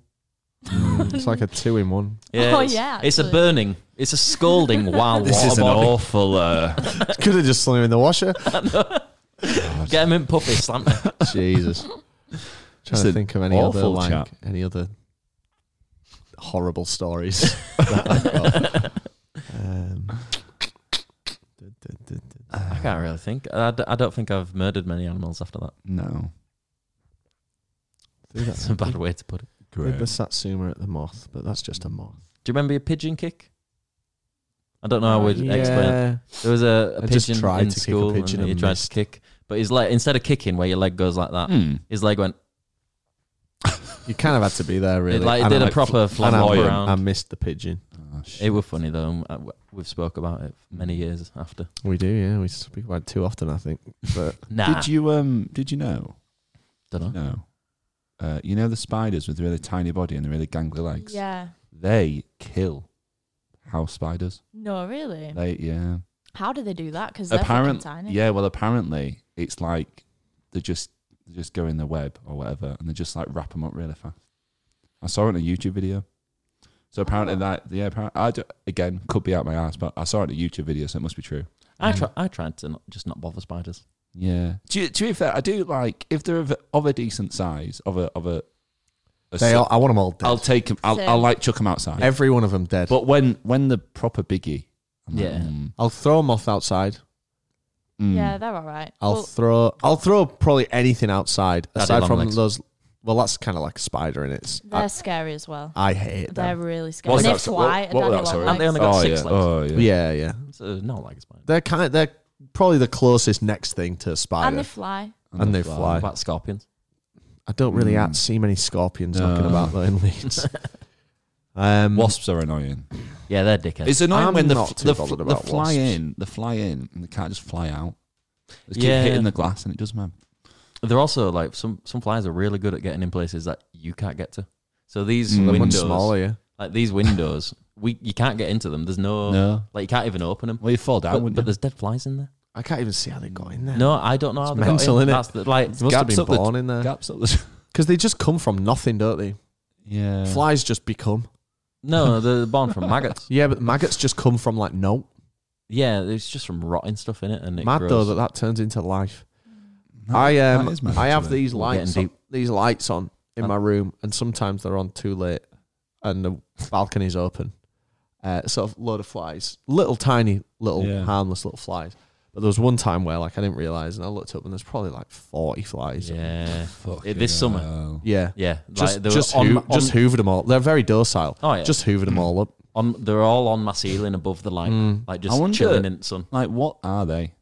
Mm.
It's
<laughs>
like a two in one.
Oh,
it's,
yeah,
It's a
actually.
burning. It's a
<laughs>
scalding while
This is an
waterboarding.
awful.
<laughs>
Uh,
Could have just slung him in the washer.
<laughs> Get him in puppy,
<laughs>
slam <laughs> him.
Jesus. Trying
Just
to
an
think of any other
awful
like
chap.
any other horrible
<laughs>
stories. that I've got. um,
I can't really think. I, d- I don't think I've murdered many animals after that.
no.
That's a bad way to put it.
With
Great.
the satsuma at the moth, but that's just a moth.
Do you remember your pigeon kick? I don't know how we'd explain it.
Uh, Yeah.
There was a, a
I just
pigeon
tried
in
to kick a
school
pigeon
and he
and
tried
missed.
to
Mm.
kick. But his leg, instead of kicking where your leg goes like that,
Hmm.
his leg went,
You kind of had to be there, really.
it, like, it
And
did
I-
a proper
and
flap
I-
around.
I missed the pigeon.
Oh, shit.
it was funny though. and I- We've spoke about it
Mm.
many years after.
We do, yeah. We speak about it too often, I think. But
Nah,
Did you um? Did you know?
don't know.
No. Uh, you know the spiders with the really tiny body and the really gangly legs.
Yeah.
They kill house spiders.
No, really.
They yeah.
How do they do that? Because they're fucking
Uh, Apparent,
tiny.
yeah. Well, apparently it's like they just they just go in the web or whatever, and they just like wrap them up really fast. I saw it in a YouTube video. So apparently
Oh.
that yeah, apparently, I do, again could be out my ass, but I saw it in a YouTube video, so it must be true.
Mm.
I try, I tried to not, just not bother spiders.
Yeah. To, you- to be fair, I do like if they're of, of a decent size, of a of a. a
they
si-
all, I want them all dead.
I'll take them. I'll,
Same.
I'll like chuck them outside.
Every one of them dead.
But when when the proper biggie, I'm like,
Yeah.
mm,
I'll throw a moth outside.
mm.
Yeah, they're all right.
I'll
Well,
throw. I'll throw probably anything outside
That'd be
aside
long
from
legs.
those. Well, that's kind of like a spider, and it's.
they're
I,
scary as well.
I hate
They're
them.
really scary.
What's
And they
that?
fly.
what, what was
and I
that?
don't
Sorry.
like
They
them.
only got
oh,
six
yeah.
legs.
Oh, yeah.
Yeah, yeah.
So not like a spider.
They're kind. They're probably the closest next thing to a
And
spider.
they fly.
And they
What
fly.
about scorpions?
I don't really
Mm.
out- see many scorpions
No.
knocking about though in Leeds. um,
Wasps are annoying.
Yeah, they're dickheads.
It's annoying
I'm
when the,
not
f-
too
the,
bothered
f- the
about
fly
wasps.
in, the fly in, and they can't just fly out. They keep
Yeah.
hitting the glass, and it does, man.
They're also like some some flies are really good at getting in places that you can't get to. So these
Mm.
they're much
windows,
smaller. Yeah.
like these
<laughs>
windows, we you can't get into them. There's no,
No,
like you can't even open them.
well, you fall down,
But,
wouldn't
but
you?
there's dead flies in there.
I can't even see how they got in there.
No, I don't know how
It's
they got
mental,
in.
innit?
That's the, like
It must have
gaps
been
up the-
born in there
Gaps up the
because they just come from nothing, don't they?
yeah.
Flies just become.
no,
<laughs>
they're born from maggots.
Yeah, but maggots just come from like no.
Yeah, it's just from rotting stuff in it, and it
Mad though
grows.
that that turns into life.
That-
I um,
that is mad,
I have
actually.
these
We're getting
lights on, these lights on in
Um,
my room, and sometimes they're on too late, and the balcony's open. Uh, sort of load of flies, little tiny, little
Yeah.
harmless little flies. But there was one time where like I didn't realize, and I looked up, and there's probably like forty flies.
Yeah,
Fucking
this summer.
hell.
Yeah.
yeah.
Just,
like they were
just,
on,
hoo-
on-
just hoovered them all. They're very docile.
Oh yeah, just
Just hoovered them all up.
on. They're all on my ceiling above the light,
Mm.
like
I
just
wonder-
chilling in the sun.
Like, what are they?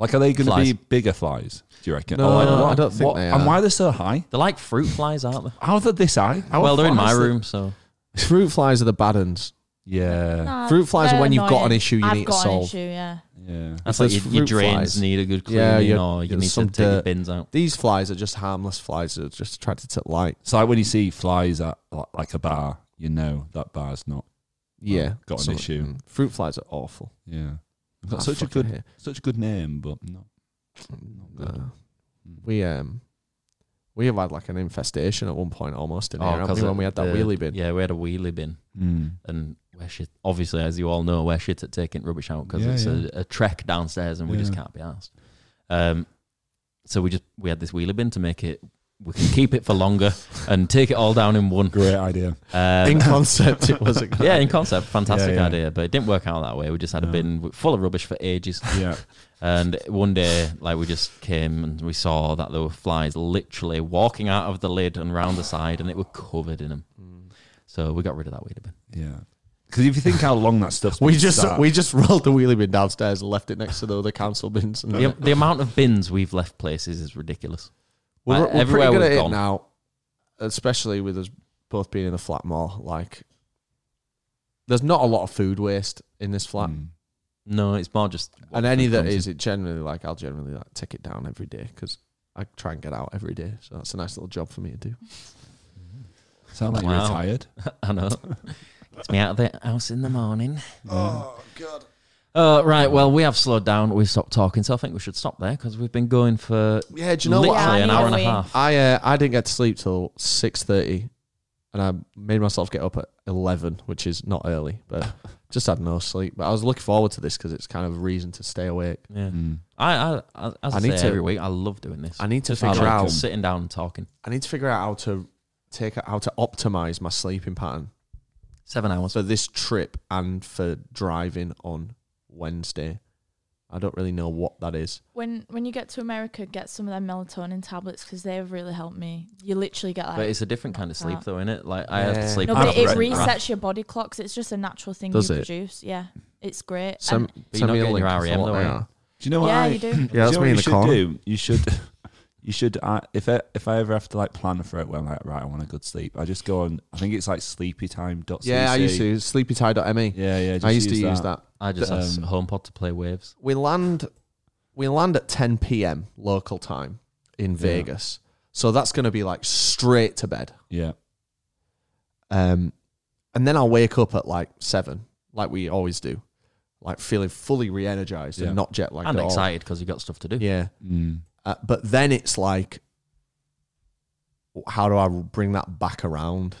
Like, are they going to be
Flies.
bigger flies? Do you reckon?
No,
Or like,
no,
what-
I don't think
what-
they
And
are.
why are they so high?
They're like fruit flies, aren't they?
How are they this high? How are
well, they're in my
flies-
room, so
Fruit flies are the bad uns.
Yeah.
Nah,
Fruit flies are
they're
when you've got an
annoying.
issue you
I've
need to
got an
solve.
issue, yeah.
Yeah.
that's
If
like
there's
your, your
fruit
drains
flies-
need a good cleaning,
Yeah, you-
or you
there's
need to
some
take your
dirt.
bins out.
These flies are just harmless flies that are just attracted to light.
It's like when you see flies at like, like a bar, you know that bar's not.
Yeah.
got an
Some-
issue.
mm. Fruit flies are awful.
Yeah, I've got
I
such a
Ah, fucking
good,
hate-
such a good name, but not.
Oh,
good.
No. We um we have had like an infestation at one point almost in
Oh,
here, haven't
'cause
we, when
it-
we had
the-
that wheelie bin.
Yeah, we had a wheelie bin,
Mm.
and we're shit. Obviously, as you all know, we're shit at taking rubbish out because
Yeah,
it's
yeah.
A, a trek downstairs, and we just
Yeah.
can't be asked. Um, so we just we had this wheelie bin to make it we can keep it for longer and take it all down in one.
Great idea.
Um,
<laughs> In concept, it was a
yeah, in concept, fantastic
Yeah, yeah.
idea, but it didn't work out that way. We just had a
No.
bin full of rubbish for ages.
Yeah.
And one day, like we just came and we saw that there were flies literally walking out of the lid and round the side, and it were covered in them. So we got rid of that weed bin.
Yeah. Because if you think how long that stuff's
<laughs> We
been
just
sat-
we just <laughs> rolled the wheelie bin downstairs and left it next to the other council bins. And
The, the amount of bins we've left places is ridiculous.
<laughs> we're,
uh,
we're
everywhere
pretty
we've
good at it
gone.
now, especially with us both being in a flat mall. Like, there's not a lot of food waste in this flat,
Mm.
No, it's more just
and any
food
that
comes
is, it generally like I'll generally like take it down every day because I try and get out every day. So that's a nice little job for me to do.
Sound like
Wow.
you're retired.
<laughs> I know. Gets me out of the house in the morning.
Oh,
god!
Uh, right. Well, we have slowed down. We've stopped talking, so I think we should stop there because we've been going for
Yeah, do you know
literally
what? I-
Yeah,
an hour and a
we-
half.
I uh, I didn't get to sleep till six thirty, and I made myself get up at eleven, which is not early, but <laughs> just had no sleep. But I was looking forward to this because it's kind of a reason to stay awake.
yeah.
Mm.
I, I, as I,
I
say
need to-
every week, I love doing this.
I need to
I
figure
like
out.
sitting down and talking.
I need to figure out how to take how to optimize my sleeping pattern
Seven hours.
for this trip and for driving on Wednesday. I don't really know what that is.
When when you get to America, get some of them melatonin tablets because they've really helped me. You literally get like
But it's a different kind of sleep,
that.
though, isn't it? Like I have
Yeah.
to sleep.
no,
I've
but it
read-
resets your body clocks. It's just a natural thing
Does
you
it?
produce. Yeah, it's great.
Some,
But you're not getting your REM though, are you?
Do you know
and,
what
yeah,
I,
you do.
Yeah,
<laughs>
that's
Do you know
me
what
in
you
the
should
corner.
do? You should, <laughs> you should. Uh, if I, if I ever have to like plan for it, when I'm like right, I want a good sleep. I just go on. I think it's like sleepytime.cc.
Yeah, I used to sleepytie.me.
Yeah, yeah. just
E. I used to use that.
I just asked
Um,
HomePod to play Waves.
we land we land at 10 p.m. local time in Vegas. So that's going to be like straight to bed.
Yeah,
Um and then I'll wake up at like 7 like we always do. Like feeling fully re-energized
Yeah.
and not jet lagged
I'm
at all.
excited because you've got stuff to do.
Yeah.
mm.
Uh, but then it's like how do I bring that back around?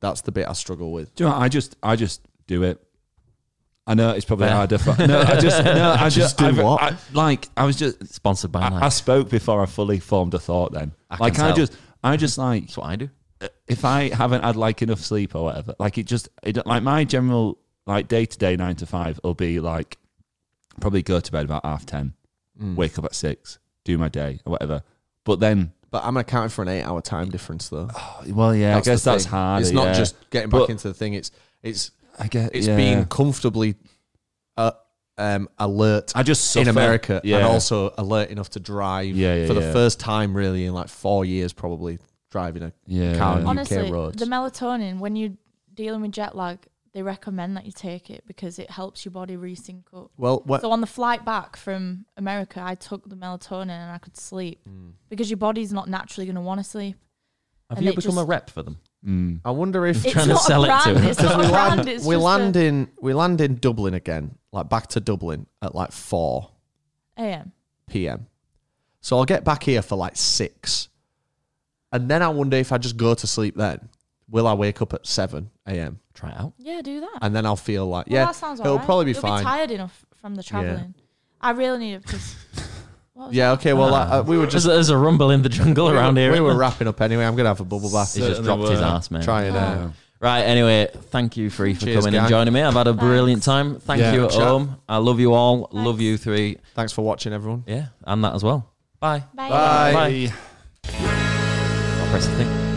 That's the bit I struggle with.
Do you know? What? I just, I just do it. I know it's probably
Fair.
harder. For, no, I
<laughs>
just, no, I
Just
just,
do
I've-
what? Oh,
I, like, I was just.
Sponsored by
I, I
Nike.
spoke before I fully formed a thought. Then,
I can
like, I
tell.
just, I just like,
That's what I do.
if I haven't had like enough sleep or whatever, like it just it, like my general like day to day nine to five will be like probably go to bed about half ten,
Mm.
wake up at six, do my day or whatever. But then,
But I'm accounting for an 8-hour time difference though.
well, yeah,
That's
I guess
the
that's
thing.
hard.
It's not
yeah.
just getting back
But-
into the thing. It's it's
I guess
It's
yeah.
being comfortably uh, um, alert
I just suffer.
in America
yeah,
and also alert enough to drive
Yeah, yeah,
for the
yeah.
first time really in like four years probably driving a
yeah,
Can't.
yeah.
On-
Honestly,
roads.
the melatonin when you're dealing with jet lag, they recommend that you take it because it helps your body resync up.
well what
So on the flight back from America, I took the melatonin and I could sleep
Hmm.
because your body's not naturally going to want to sleep.
Have
And
you
it
become a
just-
rep for them?
Mm.
I wonder if
It's
Trying to
not
sell
a
it to
brand.
him.
it's not <laughs> a brand. It's
we
just
land
a
in we land in Dublin again like back to Dublin at like four
AM.
p.m. So I'll get back here for like six, and then I wonder if I just go to sleep then. Will I wake up at seven a.m.
Try it out.
Yeah, do that.
and then I'll feel like
well,
yeah,
that sounds
it'll
alright.
probably be
You'll
fine.
tired enough from the traveling. I really need
<laughs>
it because. what was
yeah, okay. Well,
Ah.
uh, we were just
There's, there's a rumble in the jungle around here.
We were wrapping up anyway. I'm gonna have a bubble bath.
he just
Certainly
dropped his
were.
ass, man.
Try it out.
Right. Anyway, thank you three for
Cheers,
coming and
gang.
joining me. I've had a brilliant time. Thank
Yeah.
you at
Chat.
home. I love you all. Love you three.
Thanks for watching, everyone.
Yeah, and that as well. Bye.
that? Bye.
Bye.
I'll press the thing.